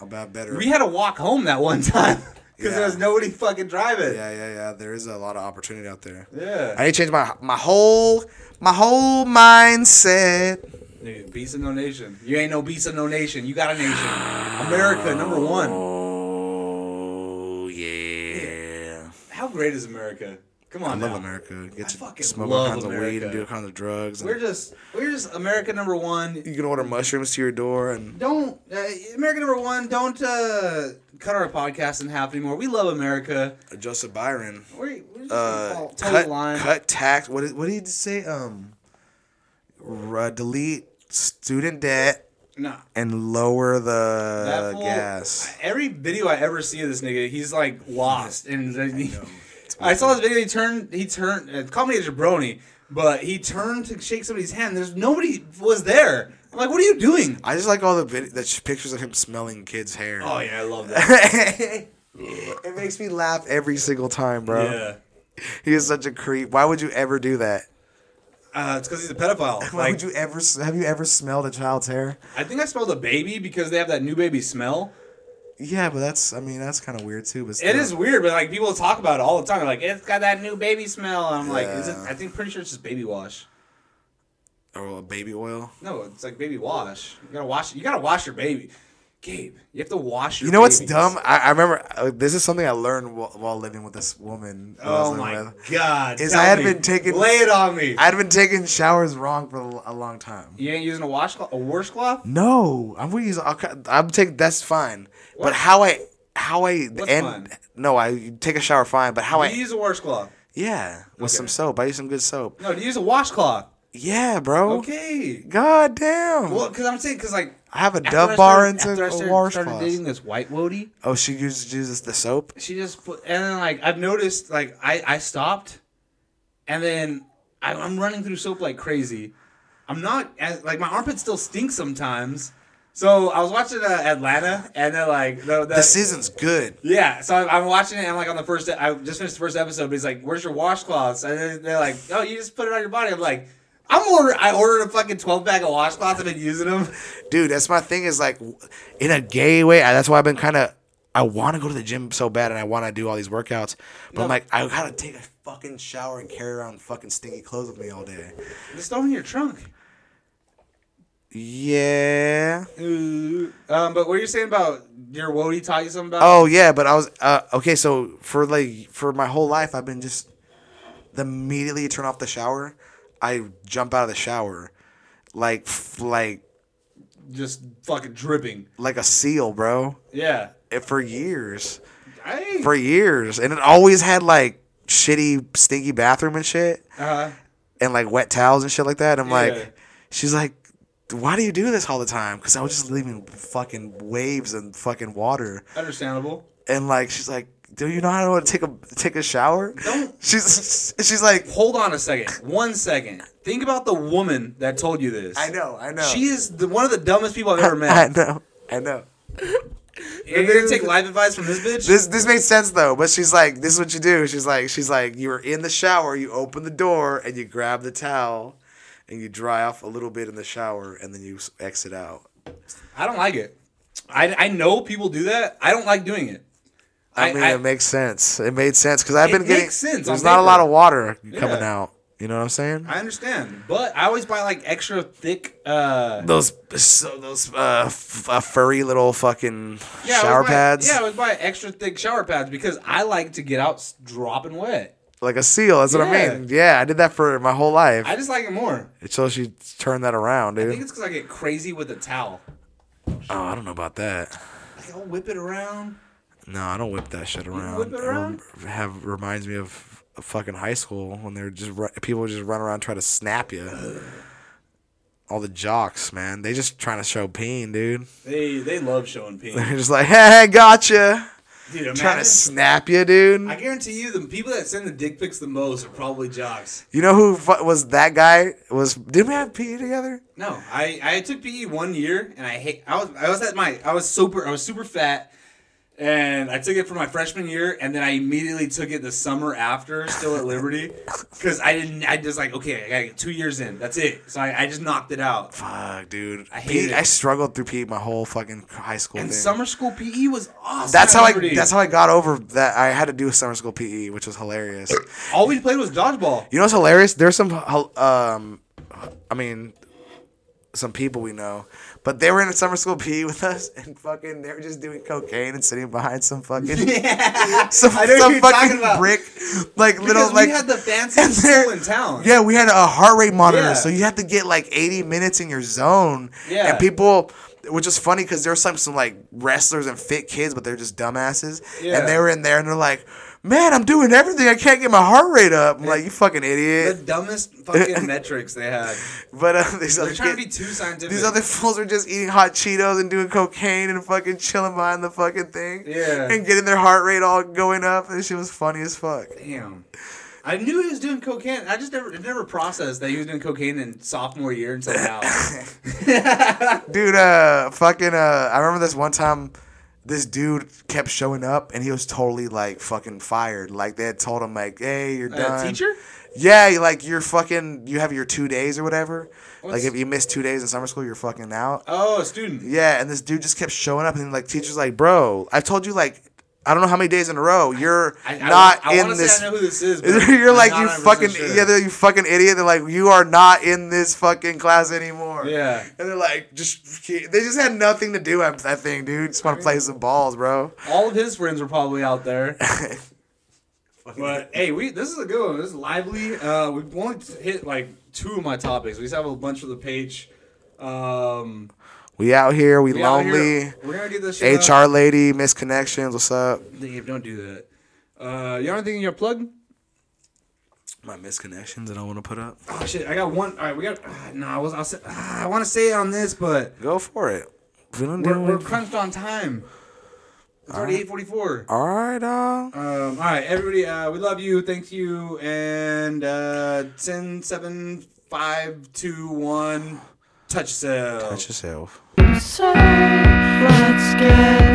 about better.
We had to walk home that one time. Because
Yeah.
there was nobody fucking driving.
yeah, yeah, yeah. There is a lot of opportunity out there.
Yeah.
I need to change my my whole my whole mindset.
Nigga, Beast of no nation. You ain't no beast of no nation. You got a nation. America, number one.
Oh yeah.
How great is America? Come
I
on,
love
now.
America. Get
I
to
fucking
smoke
love
all kinds of weed
America.
and do all kinds of drugs. and
We're just we're just America number one.
you can order mushrooms to your door and
Don't uh, America number one. Don't uh, cut our podcast in half anymore. We love America.
Joseph Byron.
We're, we're just gonna
Uh,
fall, toe
cut
the line.
cut tax. What did, what did he say? Um, r- uh, delete student debt
Nah.
and lower
That
the
fool-
gas.
Every video I ever see of this nigga, he's like lost. And I, saw this video. He turned. He turned. Uh, call me a jabroni, but he turned to shake somebody's hand. There's nobody was there. I'm like, what are you doing?
I just like all the vid- the sh- pictures of him smelling kids' hair.
Oh yeah, I love that.
it makes me laugh every single time, bro.
yeah.
He is such a creep. Why would you ever do that?
Uh, it's because he's a pedophile.
Why
Like,
would you ever have you ever smelled a child's hair?
I think I smelled a baby because they have that new baby smell.
Yeah, but that's I mean that's kind of weird too. But
It
still.
is weird, but like people talk about it all the time. They're like, it's got that new baby smell. And I'm like, is it?
Yeah.
I think pretty sure it's just baby wash.
oh baby oil.
No, it's like baby wash. You gotta wash. You gotta wash your baby, Gabe. You have to wash your.
You know what's
babies.
dumb? I, I remember uh, this is something I learned while, while living with this woman. that I was
Oh
living
my
with.
god!
Is
tell
I had
me.
been taking-
Lay it on me.
I'd been taking showers wrong for a a long time.
you ain't using a washcloth, a washcloth.
No, I'm gonna use. I'll, cut- I'm take. That's fine. But how I how I
What's
end?
fine?
No, I take a shower fine. But how
Do
I
you use a washcloth?
yeah with
Okay.
some soap. I use some good soap.
No, do you use a washcloth?
Yeah, bro.
Okay.
God damn.
Well, because I'm saying, because like
I have a
after I
Dove bar
started-
into
after I
a
started,
wash
started
cloth.
dating this white woody.
Oh, she uses uses the soap.
she just put and then like I've noticed like I I stopped, and then I, I'm running through soap like crazy. I'm not as like my armpit still stinks sometimes. So I was watching uh, Atlanta, and then like the, the,
The season's good.
yeah. So I'm, I'm watching it. and I'm like on the first. I just finished the first episode. But he's like, "Where's your washcloths?" And then they're like, "Oh, you just put it on your body." I'm like. I'm order. I ordered a fucking twelve pack of washcloths. I've been using them.
Dude, that's my thing is like w- in a gay way. I, that's why I've been kind of I want to go to the gym so bad and I want to do all these workouts, but I'm like I got to take a fucking shower and carry around fucking stinky clothes with me all day.
Just throw them in your trunk.
Yeah.
Um, but what are you saying about your Wody taught you something about?
Oh yeah, but I was uh, okay. So for like for my whole life, I've been just the immediately you turn off the shower, I jump out of the shower, like f- like
just fucking dripping.
like a seal, bro.
Yeah.
It, for years,
I,
for years, and it always had like shitty, stinky bathroom and shit,
uh,
and like wet towels and shit like that. I'm
Yeah.
like, she's like, why do you do this all the time? Because I was just leaving fucking waves and fucking water,
understandable.
and like she's like. Do you not know how to take a take a shower?
Don't-
She's she's like
Hold on a second. One second. Think about the woman that told you this.
I know, I know.
She is the, one of the dumbest people I've ever
I
met.
know. I know.
You're gonna take live advice from this bitch?
This this made sense though, but she's like, this is what you do. She's like, she's like, you were in the shower, you open the door, and you grab the towel, and you dry off a little bit in the shower, and then you s- exit out.
I don't like it. I, I know people do that. I don't like doing it.
I,
I-
mean,
I-
it makes sense. It made sense because I've
It
been getting.
makes sense
there's
on
not a
paper.
lot of water coming
Yeah.
out. You know what I'm saying?
I understand, but I always buy like extra thick. uh
those so those uh, f- uh furry little fucking
yeah, I always
shower
buy-
pads,
Yeah, I always buy extra thick shower pads because I like to get out s- dropping wet.
like a seal. That's what
Yeah.
I mean. Yeah, I did that for my whole life.
I just like it more.
so she turned that around,
I
dude.
think it's because I get crazy with a towel.
oh, I don't know about that.
Like I'll whip it around.
No, I don't whip that shit around.
whip it
rem- have reminds me of fucking high school when they're just ru- people just run around trying to snap you. All the jocks, man, they just trying to show pain, dude.
They they love showing peen.
They're just like, hey, gotcha,
Dude, imagine,
trying to snap you, dude.
I guarantee you, the people that send the dick pics the most are probably jocks.
You know who fu- was that guy? Was did we have PE together?
No, I, I took PE one year and I hate I was I was at my I was super I was super fat and I took it for my freshman year and then I immediately took it the summer after still at Liberty because I didn't I just like okay I gotta get two years in that's it so I, I just knocked it out
Fuck, dude. I
hated it.
I struggled through PE my whole fucking high school.
and
thing.
summer school PE was awesome
That's
at
how I.
Liberty.
That's how I got over that. I had to do summer school PE, which was hilarious.
all we played was dodgeball
You know what's hilarious? There's some, hel- um, I mean, some people we know, but they were in summer school PE with us, and fucking they were just doing cocaine and sitting behind some fucking
yeah
some,
I know what
some
you're talking
fucking
about.
brick, like
because
little like.
we had the fanciest
and they're-
school in town
yeah, we had a heart rate monitor,
Yeah.
so you had to get like 80 minutes in your zone.
Yeah.
and people. Which is funny because there were some some like wrestlers and fit kids, but they're just dumbasses.
Yeah.
And they were in there and they're like, "Man, I'm doing everything. I can't get my heart rate up." I'm like, "You fucking idiot!"
the dumbest fucking metrics they had
But uh, these
they're
other
trying to be
kids-
too scientific
these other fools are just eating hot Cheetos and doing cocaine and fucking chilling behind the fucking thing.
Yeah.
And getting their heart rate all going up. This shit was funny as fuck.
Damn. I knew he was doing cocaine. I just never it never processed that he was doing cocaine in sophomore year until now. Uh,
Dude, uh, fucking, uh, I remember this one time. This dude kept showing up, and he was totally like fucking fired. Like they had told him, like, "Hey, you're
uh,
done."
teacher?
Yeah, you- like you're fucking. You have your two days or whatever.
What's-
Like if you miss two days in summer school, you're fucking out.
Oh, a student.
Yeah, and this dude just kept showing up, and like teachers like, bro, I've told you like, I don't know how many days in a row you're
I, I,
not
I,
in
wanna
this.
say I know who this is. but
You're
I'm
like
not
you
100%
fucking
sure.
yeah, they're, you fucking idiot. They're like you are not in this fucking class anymore.
Yeah.
and they're like just they just had nothing to do. I, I think, dude, just want to play some balls, bro.
All of his friends were probably out there. but hey, we this is a good one. This is lively. Uh, we've only hit like two of my topics. We just have a bunch for the page. Um, we
We out here, we,
out
lonely.
here- We're gonna get this shit up.
HR lady, misconnections. What's up?
Dave, don't do that. Uh, you have anything in your plug?
My misconnections that I want to put up.
Oh shit! I got one. All right, we got. Uh, no, I was. I'll say, ah, I want to say it on this, but
Go for it. We don't
we're,
do
we're
it.
crunched on time. It's already eight forty-four.
All right, dog.
Um, all right, everybody. Uh, we love you. Thank you. And uh, ten, seven, five, two, one. Touch cell.
Touch yourself.
So let's get